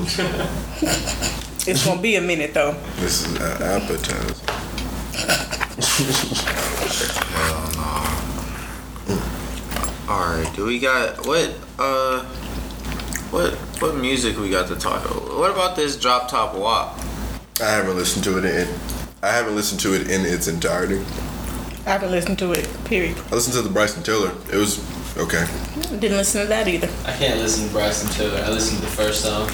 It's gonna be a minute though.
This is an appetizer.
All right. Do we got what? Uh, what? What music we got to talk? About? What about this drop top walk?
I haven't listened to it in. I haven't listened to it in its entirety.
I haven't listened to it. Period.
I listened to the Bryson Tiller. It was okay.
Didn't listen to that either.
I can't listen to Bryson Tiller. I listened to the first song,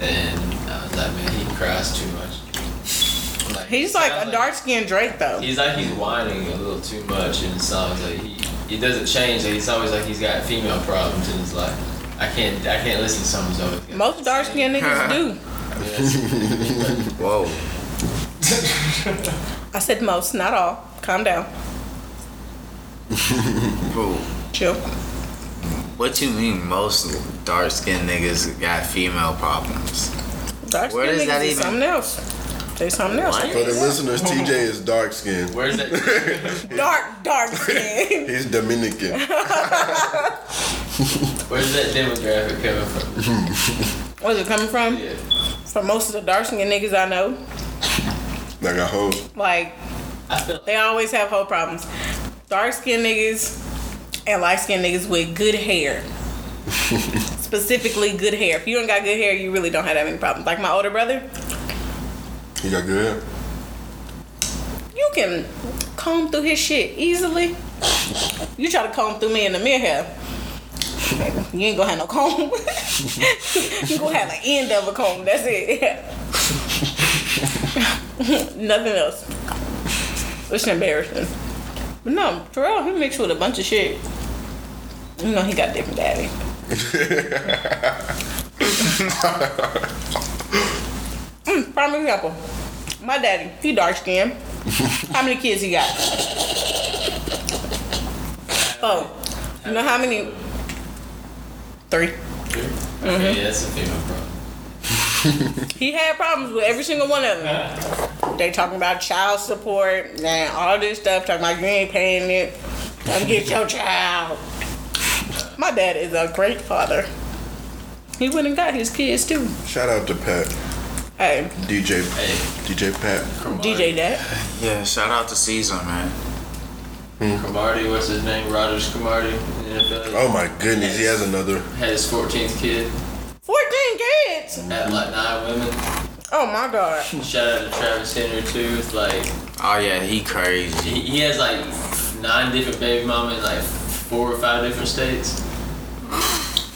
and uh, I was like, man, he cries too much. Like,
He's like
sounds
a dark skinned Drake though.
He's like he's whining a little too much in his songs. Like he, he doesn't change. Like he's always like he's got female problems in his life. I can't I can't listen to someone's always got-
Most dark skinned niggas do.
I mean, that's-
Whoa.
I said most, not all. Calm down.
Bro,
Chill.
What you mean? Most dark skinned niggas got female problems.
Dark
Where does
skinned
that
niggas is
even-
something else. They something else.
What?
For the listeners, TJ is dark skinned.
Where's that?
Dark, dark skin.
He's Dominican.
Where's that demographic coming from?
Where's it coming from?
Yeah.
From most of the dark skinned niggas I know.
Like a hoe.
Like
I feel
They always have whole problems. Dark skinned niggas and light skinned niggas with good hair. Specifically, good hair. If you don't got good hair, you really don't have that many problems. Like my older brother,
He got good.
you can comb through his shit easily. You try to comb through me in the mirror hair. You ain't gonna have no comb. you gonna have an end of a comb. That's it. Nothing else. It's embarrassing. But no, Terrell, he mixed with a bunch of shit. You know, he got different daddy. mm, prime example. My daddy, he dark skinned. How many kids he got? Oh, you know how many? Three. Mm-hmm.
Okay, yeah, that's a female problem.
He had problems with every single one of them. They talking about child support and all this stuff. Talking about you ain't paying it. Come get your child. My dad is a great father. He went and got his kids too.
Shout out to Pat.
Hey,
DJ
Hey,
DJ Pat.
Cromartie,
DJ Dad.
Yeah. Shout out to Caesar, man.
Cromartie, what's his name? Rogers Cromartie. in the NFL.
Oh my goodness, he has another.
Had his 14th kid.
14 kids.
Had like nine women.
Oh my God.
Shout out to Travis Henry too. It's like
Oh yeah, he crazy.
He he has like nine different baby mama in like four or five different states.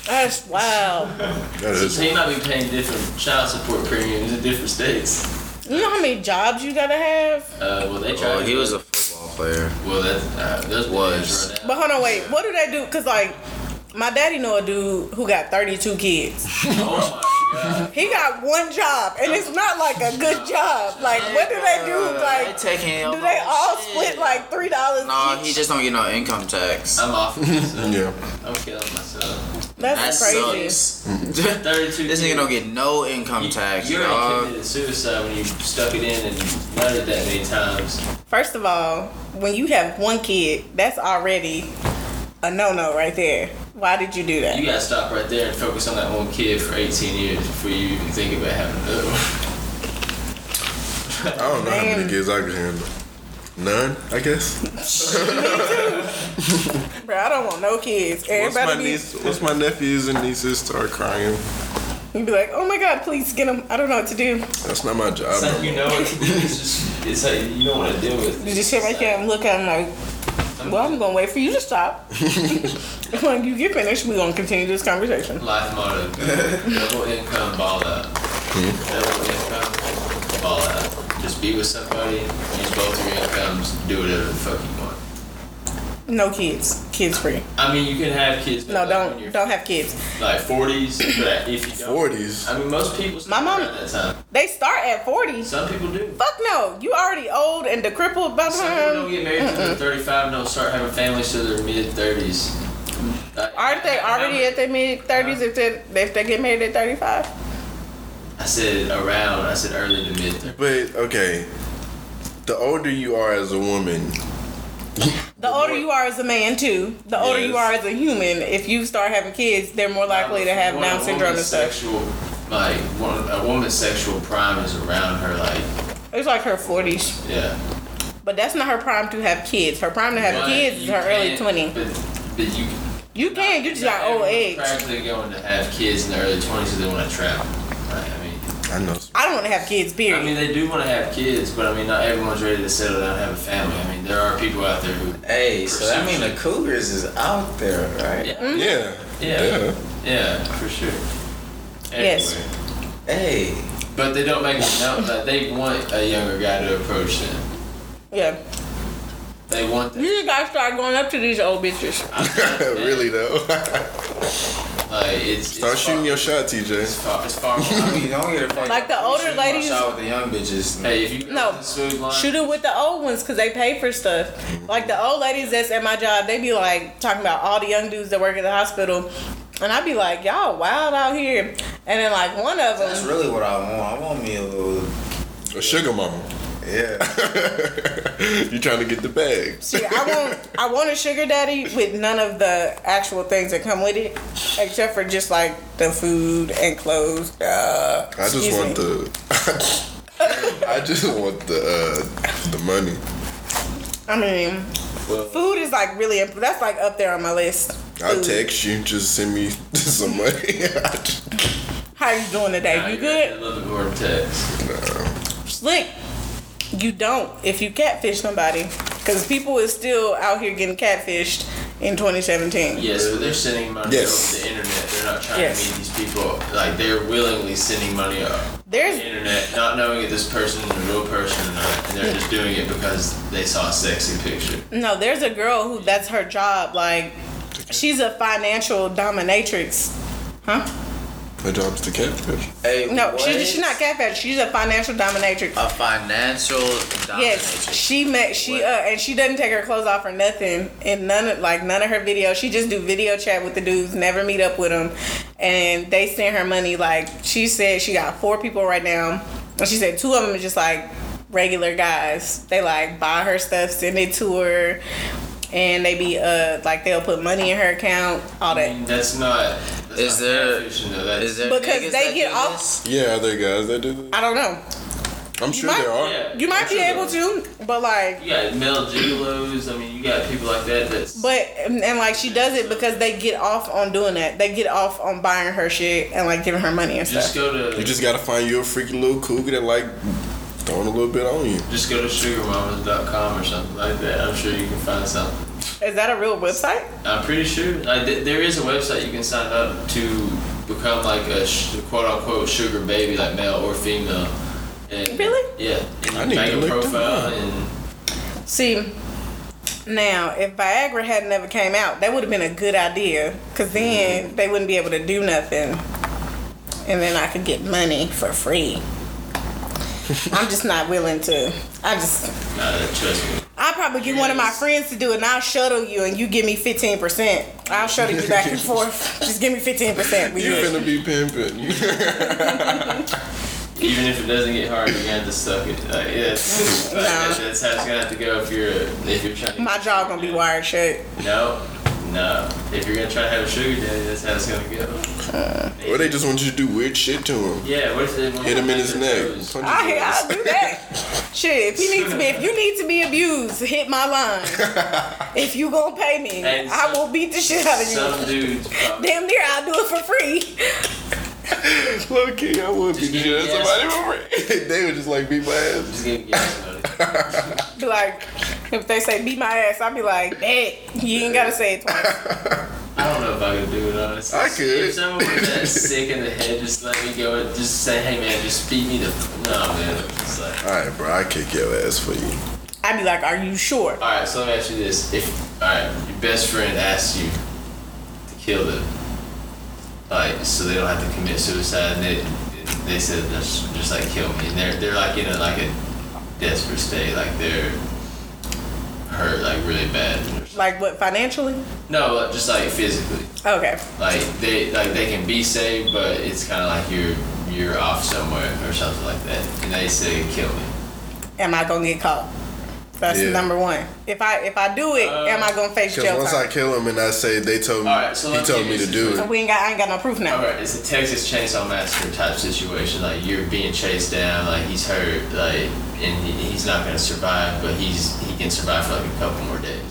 That's wow.
That
So
is
he might be paying different child support premiums in different states.
You know how many jobs you gotta have?
Uh, well, they tried.
Oh, he was a football player.
Well, that uh, those
Was.
was right now.
But hold on, wait. What do they do? Cause like, my daddy know a dude who got 32 kids.
Oh my god!
He got one job, and it's not like a good job. Like, what do they do? Like,
taking.
do they all split like three dollars
No, he
each?
just don't get no income tax.
I'm off. of this.
yeah.
I'm killing myself.
That's crazy.
sucks.
Thirty-two.
this nigga
kids.
don't get no income tax,
You already
dog.
committed suicide when you stuck it in and nutted that many times.
First of all, when you have one kid, that's already a no-no right there. Why did you do
You
that?
gotta stop right there and focus on that one kid for 18 years before you even think about having another one.
I don't know how many kids I can handle. None, I guess.
Bro, I don't want no kids.
Once my
Everybody
niece, once my nephews and nieces start crying,
be, you be like, oh my god, please get them. I don't know what to do.
that's not my job.
It's like you know what to do. It's just it's like you don't want to deal with.
You just sit right there and look at them like, Well, I'm gonna wait for you to stop. when you get finished, we're gonna continue this conversation.
Life motto: double income, ball out. Double income, ball out. Just be with somebody, use both your incomes, do whatever the fuck you want.
No kids. Kids free.
I mean, you can have kids. but
No,
like when you're
don't don't have kids.
Like forties, but if you don't,
40s.
I mean, most people.
My mom-
at that time.
They start at 40.
Some people do.
Fuck no. You already old and decrepit by the
Some people don't
time.
get married until they're 35 and don't start having families till their mid 30s.
Aren't they already at their mid 30s if they if they get married at 35?
I said around, I said early to mid 30s.
But okay, the older you are as a woman,
The older you are as a man too, the older you
Yes.
are as a human. If you start having kids, they're more likely to have
When a
Down syndrome and
woman's
stuff.
Sexual, like, one, a woman's sexual prime is around her, like,
It's like her 40s,
yeah.
but that's not her prime to have kids. Her prime to have
But
kids is
you
her early 20s.
can't- But, but you
You can, you just
not
got old
everyone's
age.
practically going to have kids in the early 20s because they want to travel. Like, I mean,
I know.
I don't want to have kids.
I
Period.
mean, they do want to have kids, but I mean, not everyone's ready to settle down and have a family. I mean, there are people out there who.
Hey, so that mean the Cougars is out there, right?
Mm-hmm.
Yeah,
Yeah.
yeah, yeah, for sure.
Yes.
Everywhere.
Hey,
But they don't make it known that they want a younger guy to approach them.
yeah,
They want
you
that.
just gotta start going up to these old bitches.
really though.
Like, it's,
Start
it's
shooting
far,
your shot, TJ.
It's far, it's far
I
I mean,
mean, don't get it fucked
Like the
up. You
older
shouldn't
ladies-
Watch out with the young bitches.
hey, if you go
No.
to the smooth line,
Shoot it with the old ones because they pay for stuff. Like the old ladies that's at my job, they be like talking about all the young dudes that work at the hospital, and I be like, y'all wild out here. And then like one of them,
That's really what I want. I want me a little.
A sugar mama.
Yeah.
you trying to get the bag.
See, I want I want a sugar daddy with none of the actual things that come with it, except for just like the food and clothes. Uh,
I just
excuse
want
me.
the. I just want the uh, the money.
I mean, food is like really imp- that's like up there on my list.
I'll
Food.
text you. Just send me some money. I just-
How you doing
now
today? You
you're
good?
in another vortex.
Slick. You don't if you catfish somebody, because people is still out here getting catfished in 2017.
Yes, but they're sending money
Yes.
over the internet. They're not trying
Yes.
to meet these people. Like they're willingly sending money over the
There's
internet, not knowing if this person is a real person or not, and they're just doing it because they saw a sexy picture.
No, there's a girl who that's her job. Like, she's a financial dominatrix. Huh?
My job's to catfish.
hey,
No,
what?
she's she's not catfish. She's a financial dominatrix.
A financial dominatrix.
Yes, she met she uh
Oh. What?
and she doesn't take her clothes off or nothing and none of like none of her videos. She just do video chat with the dudes, never meet up with them, and they send her money. Like she said, she got four people right now, and she said two of them are just like regular guys. They like buy her stuff, send it to her, and they be uh like they'll put money in her account, all
I
Mm.
that.
mean, that's not.
Is
That's not
there-
catfishing, though. That's-
Is there
Because
niggas
they
that
get
do
off-
this?
Yeah, other guys that do that.
I don't know.
I'm sure
might-
there are.
Yeah,
You
I'm
might be
sure
able
there-
to, but like
You got male gigolos. I mean, you got people like that. That's
But and, and, like she does it because they get off on doing that. They get off on buying her shit and like giving her money and
just
stuff.
go to
You just gotta find you a freaky little cougar that like throwing a little bit on you.
Just go to sugarmamas.com or something like that. I'm sure you can find something.
Is that a real website?
I'm pretty sure like, th- there is a website you can sign up to become like a sh- quote unquote sugar baby, like male or female. And,
Really?
Yeah. And
I
you
need
make
to
a
look that
profile
up.
and
See, now if Viagra had never came out, that would have been a good idea because
Mm-hmm.
then they wouldn't be able to do nothing, and then I could get money for free. I'm just not willing to. I just.
nah, that- uh, trust me.
I'll probably get one of my friends to do it and I'll shuttle you and you give me 15%. I'll shuttle you back and forth. Just give me 15%. We
You
good.
finna be pimping.
Even if it doesn't get hard, you're gonna have to suck it. Like, yes. Like,
Nah.
That's how it's gonna have to go if you're if you're trying. To
My jaw gonna be wired shut.
No, no. If you're gonna try to have a sugar daddy, that's how it's gonna go.
or they just want you to do weird shit to him.
Yeah, what if they want
Hit him in his neck.
toes?
Punch
I I'll do that. Shit, if you need to be if you need to be abused, hit my line. If you gonna pay me,
And
I
some-
will beat the shit out of you.
Some dudes. probably-
Damn near I'll do it for free.
Low key, I would be shit. Somebody would they would just like beat my ass.
Just give me gas money.
Be like, if they say beat my ass, I'd be like, bet. You ain't gotta say it twice.
I don't know if I could do it honestly.
I could.
If someone was that sick in the head, just let me go. and Just say, hey man, just feed me the. No man. It's like,
All right, bro, I kick your ass for you.
I'd be like, are you sure?
all right, so let me ask you this: If all right, your best friend asks you to kill them, all right, so they don't have to commit suicide, and they they said just just like kill me, and they're they're like in a like a desperate state, like they're hurt like really bad. or something.
Like, what, financially?
No, like, just like physically.
Okay.
like they like they can be saved, but it's kind of like you're you're off somewhere or something like that, and they say kill me.
Am I gonna get caught? That's
Yeah.
number one. If I if I do it, am I gonna face
Because
jail
once I
time?
kill him and I say they told me,
All right, so
he
let's
told
get
me to
into
do
this.
it.
So we ain't got I ain't got no proof now.
All right, it's a Texas Chainsaw Massacre type situation. Like you're being chased down, like he's hurt, like and he, he's not gonna survive, but he's he can survive for like a couple more days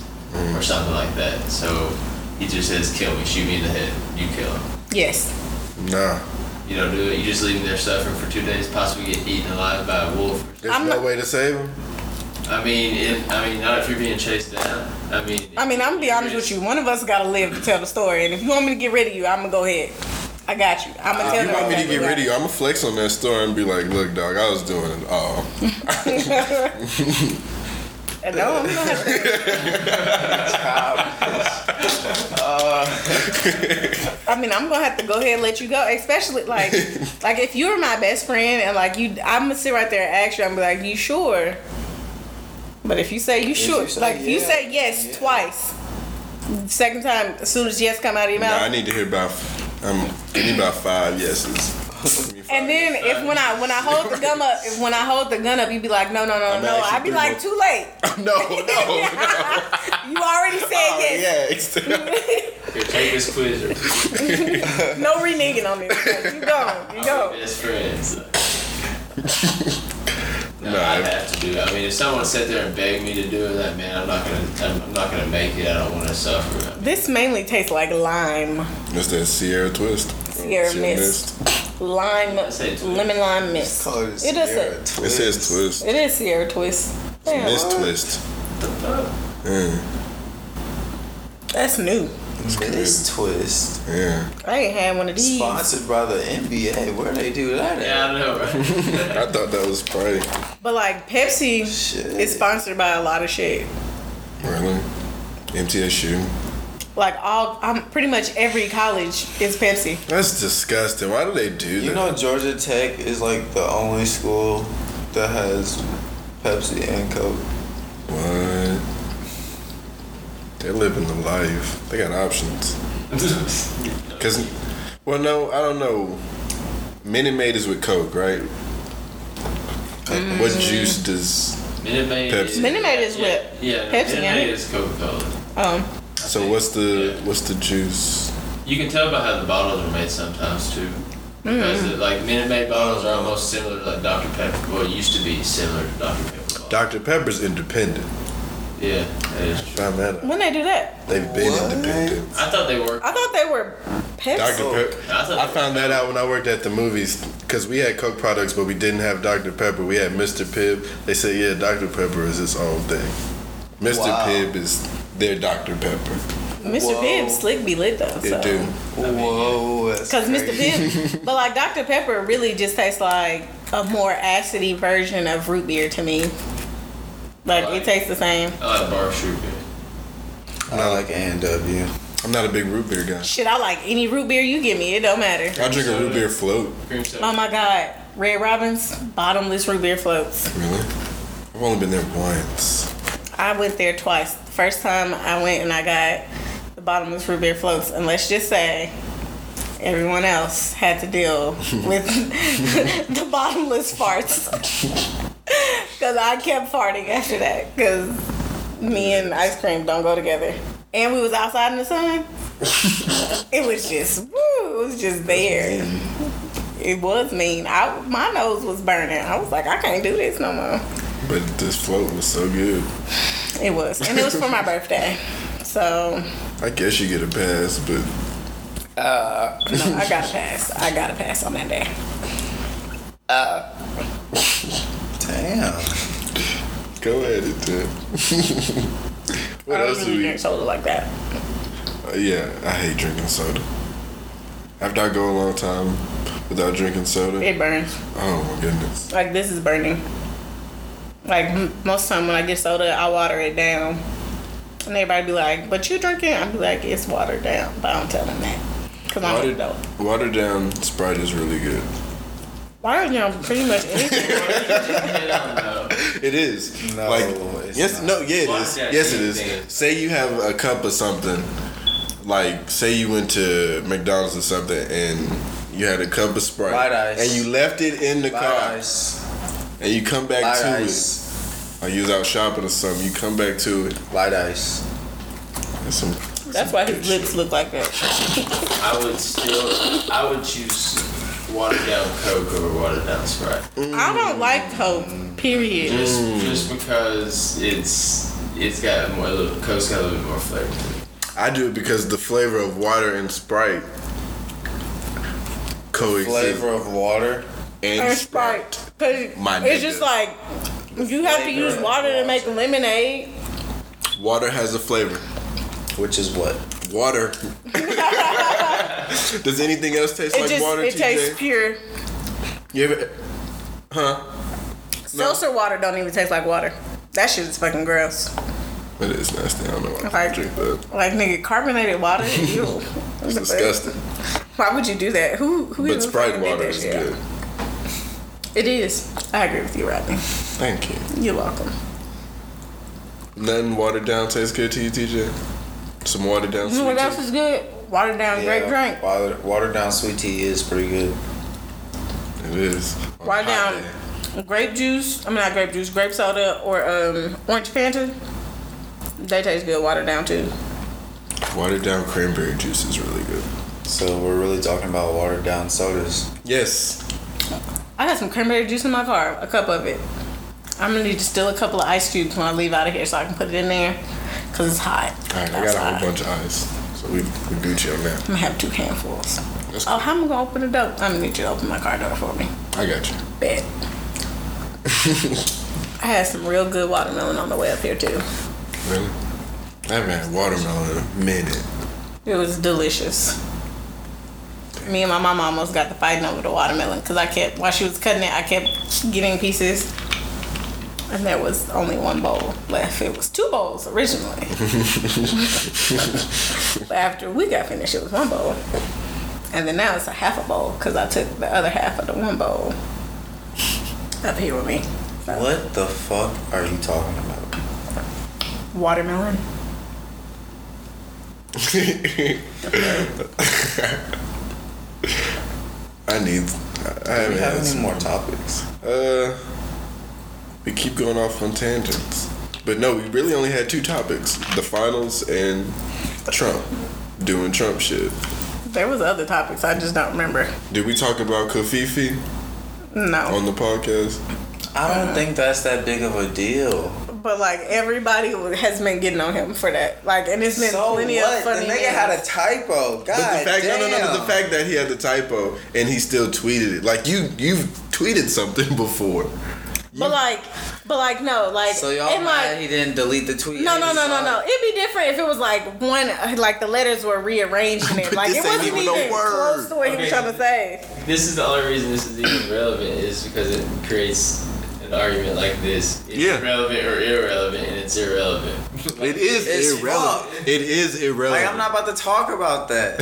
or something like that. So he just says kill me, shoot me in the head, you kill him.
Yes.
Nah,
You don't do it. You just leave him there suffering for two days, possibly get eaten alive by a wolf.
there's
I'm
no
not-
way to save him.
I mean, if, I mean, not if you're being chased down. I mean,
I mean, I'm gonna be honest with you. One of us gotta live to tell the story, and if you want me to get rid of you, I'm gonna go ahead. I got you. I'm gonna tell
If you
them
want me to
exactly
get
what
rid of you, I'ma flex on that store and be like, look, dog, I was doing it all.
I- No, I'm gonna have to. I mean, I'm gonna have to go ahead and let you go, especially like, like if you were my best friend and like you, I'm gonna sit right there and ask you. I'm gonna be like, you sure? But if you say you sure,
say
like if you
yeah,
say yes twice, second time, as soon as yes come out of your
Nah,
mouth,
I need to hear about. Um, give me about five yeses. Give me five
And then if when I when I hold the gun up, if when I hold the gun up, you be like, no, no, no,
I'm
no.
actually
I'd be
pretty
like,
much-
too late.
no, no, no.
You already said yes.
Oh, Yeah, it's-
Here, take this quiz. Or
No reneging on me. You gone. You
I'll
go.
be Best friends. no,
Nah.
I have to do it. I mean, if someone sat there and begged me to do it, like, man, I'm not gonna, I'm, I'm not gonna make it. I don't want to suffer.
This mainly tastes like lime,
it's that Sierra twist.
Sierra mist. lime,
say twist.
lemon lime mist. It is a-
It says twist.
It is Sierra Twist. Damn,
Mist twist.
that's new.
This twist
Yeah,
I ain't had one of these.
sponsored by the NBA. Where they do that at?
Yeah, I know, right?
I thought that was Sprite.
But like Pepsi
Shit.
is sponsored by a lot of shit.
Really? MTSU.
Like all, I'm pretty much every college is Pepsi.
That's disgusting. Why do they do that?
You know, Georgia Tech is like the only school that has Pepsi and Coke.
what? They're living the life. They got options. Cause, well, no, I don't know. Minute Maid is with Coke, right? Uh,
Mm-hmm.
What juice does?
Minute Maid.
Pepsi.
is-
Minute Maid is
yeah,
with
Yeah, no,
Pepsi
Minute
in it.
Maid is Coca-Cola.
Um,
So what's the what's the juice?
You can tell by how the bottles are made sometimes too. Because
Mm-hmm.
it- like Minute Maid bottles are almost similar to like Dr Pepper. Well, it used to be similar to Dr Pepper. bottles.
Dr Pepper's independent.
yeah, that is true.
Found that out.
when they do that,
They've been independent.
I thought they were.
I thought they were Pepsi.
Dr Pepper.
I thought
I found that out when I worked at the movies because we had Coke products, but we didn't have Dr Pepper. We had Mr Pibb. They said, yeah, Dr Pepper is its own thing. Mr
Wow.
Pibb is their Dr Pepper.
Mr.
Whoa.
Pibb slick be lit though.
It do.
Whoa, that's
Because Mr. Pibb, but like Dr. Pepper really just tastes like a more acidy version of root beer to me. Like it tastes the same.
I like Bark Root Beer.
I like A&W.
I'm not a big root beer guy.
Shit, I like any root beer you give me. It don't matter.
I drink a root beer float.
Cream soda.
Oh my god, Red Robin's bottomless root beer floats.
Really? I've only been there once.
I went there twice. The first time I went and I got the bottomless root beer floats, and let's just say everyone else had to deal with the bottomless farts. Because I kept farting after that, because me and ice cream don't go together. And we was outside in the sun. it was just, woo, it was just there. It was mean. I, my nose was burning. I was like, I can't do this no more.
But this float was so good.
It was, and it was for my birthday. So
I guess you get a pass, but
Uh, no, I gotta pass. I gotta pass on that day.
Damn.
Go ahead and do it.
I
What
don't
else do
really
we?
drink soda like that.
Uh, yeah, I hate drinking soda. After I go a long time without drinking soda,
It burns.
oh my goodness.
Like this is burning. Like m- most time when I get soda, I water it down, and everybody be like, "But you drinking?" I be like, "It's watered down," but I don't tell them that because I'm an adult.
water down Sprite is really good.
Why are you pretty much anything?
It is.
No,
like
it's
yes,
not.
no, yeah, it
Why
is.
is that
Yes, it
anything?
is. Say you have a cup of something, like say you went to McDonald's or something, and you had a cup of Sprite,
Light ice.
and you left it in the car,
Ice.
and you come back
Light
to
ice.
it, or you was out shopping or something. You come back to it.
Light ice.
That's some.
That's why his lips look like that.
I would still, I would choose watered down Coke over watered down Sprite.
I don't like Coke. Period.
Just,
Mm.
just because it's it's got more, a little, Coke's got a little bit more flavor. to it.
I do it because the flavor of water and Sprite coexist.
Flavor of water.
and
Or
Sprite.
Sprite, cause
My
it's
nigga.
just like you have to use water to make lemonade.
Water has a flavor.
Which is what?
Water. Does anything else taste
It
like
just
water?
it
TJ?
tastes pure.
You ever? Huh?
Seltzer water don't even taste like water. That shit is fucking gross.
It is nasty. I don't know why people
Like-
drink that.
Like nigga, carbonated water. Ew.
It's disgusting.
Why would you do that? Who who even
But Sprite
fucking did
water
that
is
shit?
good.
It is. I agree with you, Rodney.
Thank you.
You're welcome.
Nothing watered down tastes good to you, TJ? Some watered down
You
sweet
know what else
tea?
is good? Watered down grape drink.
Water, watered down sweet tea is pretty good.
It is. On a hot
Watered down
day.
grape juice. I mean not grape juice, grape soda or um orange Fanta. They taste good watered down too.
Watered down cranberry juice is really good.
So we're really talking about watered down sodas.
Yes.
I got some cranberry juice in my car, a cup of it. I'm gonna need to steal a couple of ice cubes when I leave out of here so I can put it in there. Cause it's hot.
All right, I got a whole bunch of ice. So we, we Gucci on that.
I'm gonna have two handfuls.
That's
Oh, how am I gonna open the door? I'm gonna need you to open my car door for me.
I got you.
Bet. I had some real good watermelon on the way up here too.
Really? I haven't had watermelon in a minute.
It was delicious. Me and my mom almost got to fighting over the watermelon because I kept while she was cutting it, I kept getting pieces, and there was only one bowl left. It was two bowls originally, but after we got finished, it was one bowl, and then now it's a half a bowl because I took the other half of the one bowl up here with me. So,
What the fuck are you talking about?
watermelon?
I need. I I
Do
haven't
we have
had
any
some.
more topics?
Uh, we keep going off on tangents, but no, we really only had two topics: the finals and Trump doing Trump shit.
There was other topics I just don't remember.
Did we talk about Kofifi
No,
on the podcast?
I don't think that's that big of a deal.
but like everybody has been getting on him for that. Like, and it's been
so
plenty
what?
of funny.
the nigga
memes.
had a typo. God
But the fact,
damn.
no, no, no, but the fact that he had the typo and he still tweeted it. Like you, you've tweeted something before.
but like, but like, no, like,
So y'all
and
mad
like,
he didn't delete the tweet?
no, no,
and
no, no,
saw
no.
it?
It'd be different if it was like one, uh, like the letters were rearranged and it,
But
like
this
it
ain't
wasn't
even
even
no word.
close to what he was
Okay.
trying to say.
This is the only reason this is even relevant is because it creates an argument like this. It's
Yeah.
relevant or irrelevant, and it's irrelevant.
It is
It's
irrelevant. It is irrelevant.
Like I'm not about to talk about that.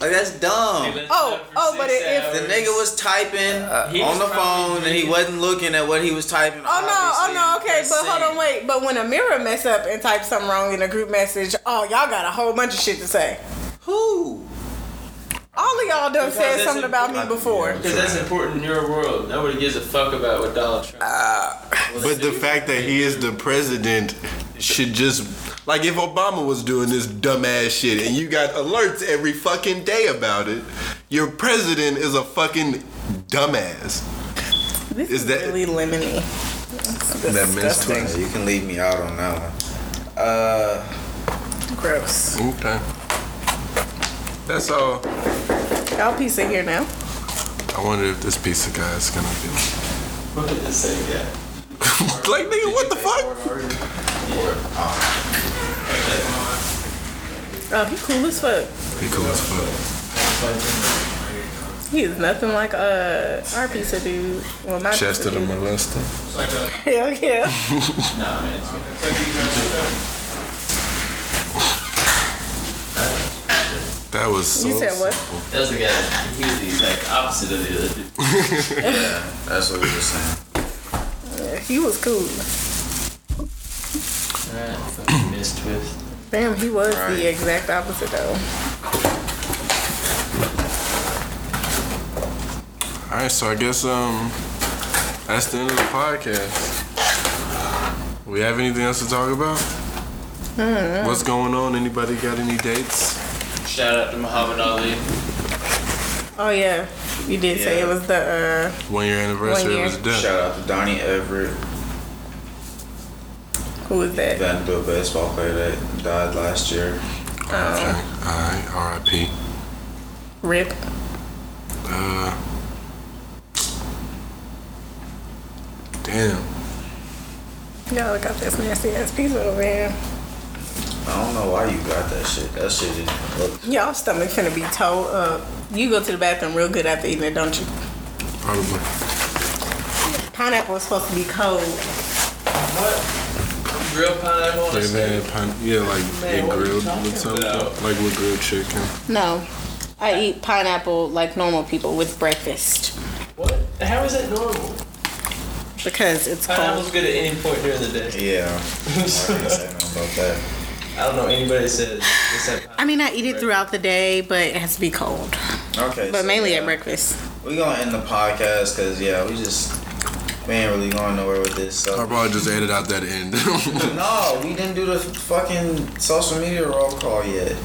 like that's dumb.
Oh, oh, but it- if-
The nigga was typing uh,
He
on
was
the
probably
phone and he
reading.
wasn't looking at what he was typing.
Oh no, oh no, okay, but hold on, wait. But when Amira mess up and type something wrong in a group message, oh y'all got a whole bunch of shit to say.
Who?
All of y'all done
Because
said
that's
something about me
important.
before.
Because that's important in your world. Nobody gives a fuck about what Donald Trump.
Ah.
But the fact that he is the president should just like if Obama was doing this dumbass shit and you got alerts every fucking day about it, your president is a fucking dumbass. Is
This is,
that-
really lemony. That's
That mess
disgusting.
You can leave me out on that one. Uh,
Gross.
Okay.
That's all.
Y'all piece of here now.
I wonder if this piece of guy is gonna be like,
What did it say again?
like nigga, what the fuck?
Oh, he cool as fuck.
He cool as fuck.
He is nothing like uh our piece of dude. Well, my piece
Chester
of
the
dude.
molester.
Hell yeah.
Nah, man. It's good.
That was so.
You said what?
That was the guy. He was the exact opposite of the other dude.
That's what we were saying.
He was cool.
Alright, fucking missed twist.
Damn, he was
Right.
the exact opposite though.
All right, so I guess um, that's the end of the podcast. We have anything else to talk about?
Mm-hmm.
What's going on? Anybody got any dates?
Shout out to Muhammad Ali.
Oh yeah, you did say it was the uh,
One year anniversary
One
of his
year.
death.
Shout out to Donnie Everett,
uh who was that?
Vanderbilt baseball player that died last year.
Okay. All right, R.I.P.
Rip.
Uh, damn.
Y'all got this nasty ass pizza over here.
I don't know why you got that shit. That shit just look.
Y'all stomach finna be towed up. You go to the bathroom real good after eating it, don't you?
Probably.
Pineapple is supposed to be cold.
What? Real pineapple on a
They've
steak.
had pine- yeah, like
Man,
it
what are you
grilled
talking
with something,
about?
like with grilled chicken.
No, I eat pineapple like normal people with breakfast
What? How is that normal?
because it's
Pineapple's
cold.
good at any point during the day.
Yeah. I can't say nothing about that.
I don't know anybody that says it's that
I mean, I eat it throughout the day, but it has to be cold.
Okay.
But
so,
mainly at
yeah.
breakfast.
We gonna end the podcast because yeah, we just we ain't really going nowhere with this.
I
So
probably just edited out that end.
no, we didn't do the fucking social media roll call yet.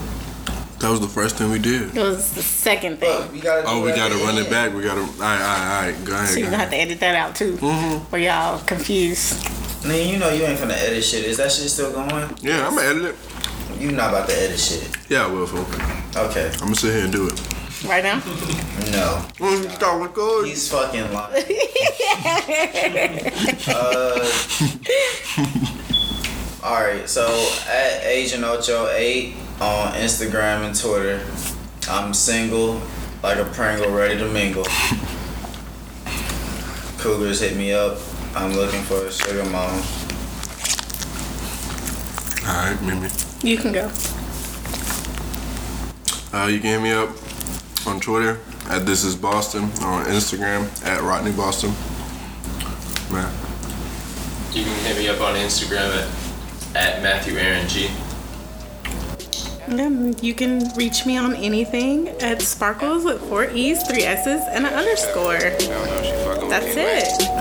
that was the first thing we did.
It was the second thing.
But we gotta.
Oh,
do
we
at
gotta
the
run it
end.
back. We gotta. All right, all right, all right. Mm-hmm. Go ahead.
So
go
you're gonna have
ahead.
to edit that out too, or y'all confused.
Man, you know you ain't finna edit shit. Is that shit still going?
Yeah, I'm gonna edit it.
You not about to edit shit.
Yeah, I will, fool. I'm
Okay.
gonna sit here and do it.
Right now?
No.
Mm, you thought we're good?
He's fucking lying. uh, all right, so at Agent Ocho Eight on Instagram and Twitter, I'm single, like a Pringle, ready to mingle. Cougars hit me up. I'm looking for a sugar mom.
All right, Mimi.
You can go.
Uh, you can hit me up on Twitter at This Is Boston or on Instagram at Rodney Boston. Man,
You can hit me up on Instagram at, at Matthew Aaron G.
Yeah, you can reach me on anything at Sparkles with four E's, three S's, and an underscore. That's it.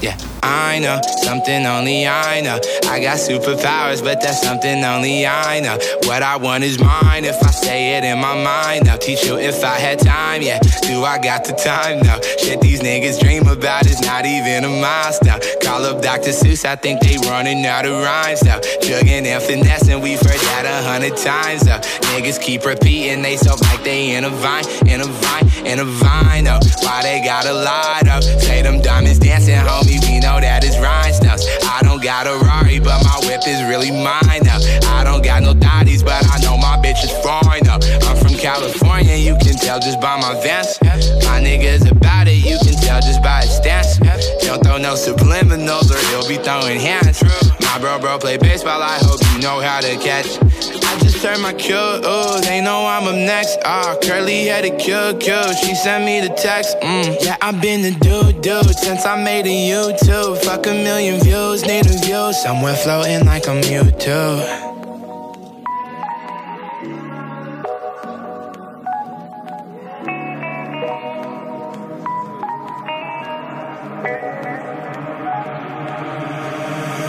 Yeah, I know something only I know. I got superpowers, but that's something only I know. What I want is mine if I say it in my mind. I'll teach you if I had time. Yeah, do I got the time? No, shit these niggas dream about is not even a milestone. Call up Dr. Seuss, I think they running out of rhymes now. Jugging and finessing, we've heard that a hundred times. Though. Niggas keep repeating they self like they in a vine, in a vine, in a vine. Though. Why they gotta lie though? Say them diamonds dancing, homie. We know that it's rhinestones. I don't got a Rari, but my whip is really mine now. I don't got no thotties, but I know my bitch is foreign though. I'm from California, you can tell just by my vans. My niggas about it, you can tell just by his stance. Don't throw no subliminals or he'll be throwing hands. My bro, bro, play baseball. I hope you know how to catch. I just turned my Q, ooh, they know I'm up next. Ah, curly headed Q, Q, she sent me the text. Mm. Yeah, I've been the dude, dude, since I made a YouTube. Fuck a million views, need a view. Somewhere floating like I'm YouTube.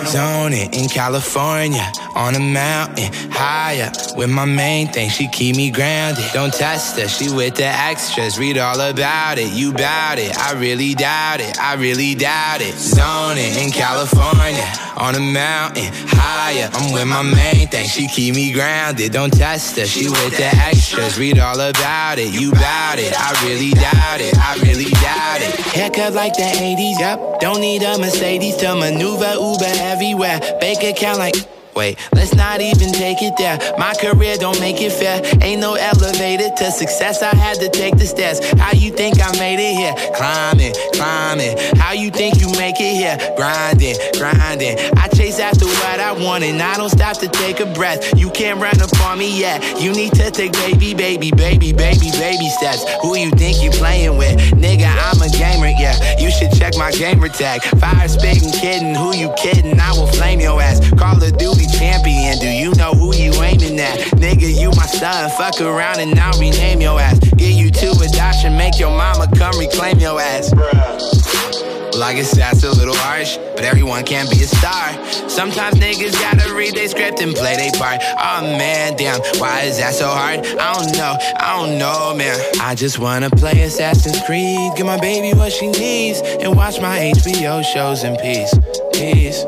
Zone it in California on a mountain higher with my main thing. She keep me grounded. Don't test her, she with the extras. Read all about it. You bout it. I really doubt it. I really doubt it. Zoning in California on a mountain higher. I'm with my main thing. She keep me grounded. Don't test her, she with the extras. Read all about it. You bout it. I really doubt it. I really doubt it. Haircut like the 80s. Yep. Don't need a Mercedes to maneuver Uber everywhere. Bank account like. Wait, let's not even take it there. My career don't make it fair. Ain't no elevator to success. I had to take the stairs. How you think I made it here? Climbing, climbing. How you think you make it here? Grinding, grinding. I chase after what I want and I don't stop to take a breath. You can't run up on me yet. You need to take baby, baby, baby, baby, baby steps. Who you think you playing with? Nigga, I'm a gamer, yeah. You should check my gamer tag. Fire spitting, kidding. Who you kidding? I will flame your ass. Call of Duty champion. Do you know who you aiming at? Nigga, you my son. Fuck around and I'll rename your ass. Get you to adoption. Make your mama come reclaim your ass. Well, I guess that's a little harsh, but everyone can be a star. Sometimes niggas gotta read they script and play they part. Oh man, damn, why is that so hard? I don't know, I don't know, man. I just wanna play Assassin's Creed, give my baby what she needs, and watch my HBO shows in peace. Peace.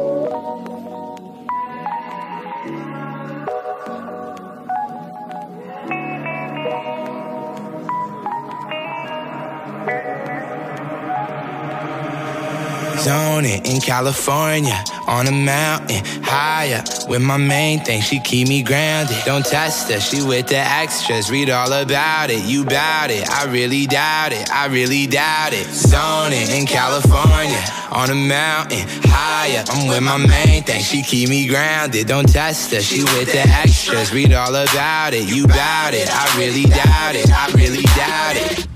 zoning in California on a mountain higher with my main thing. She keep me grounded. Don't test her, she with the extras. Read all about it. You bout it. I really doubt it. I really doubt it. Zoning in California on a mountain higher. I'm with my main thing. She keep me grounded. Don't test her, she with the extras. Read all about it. You bout it. I really doubt it. I really doubt it.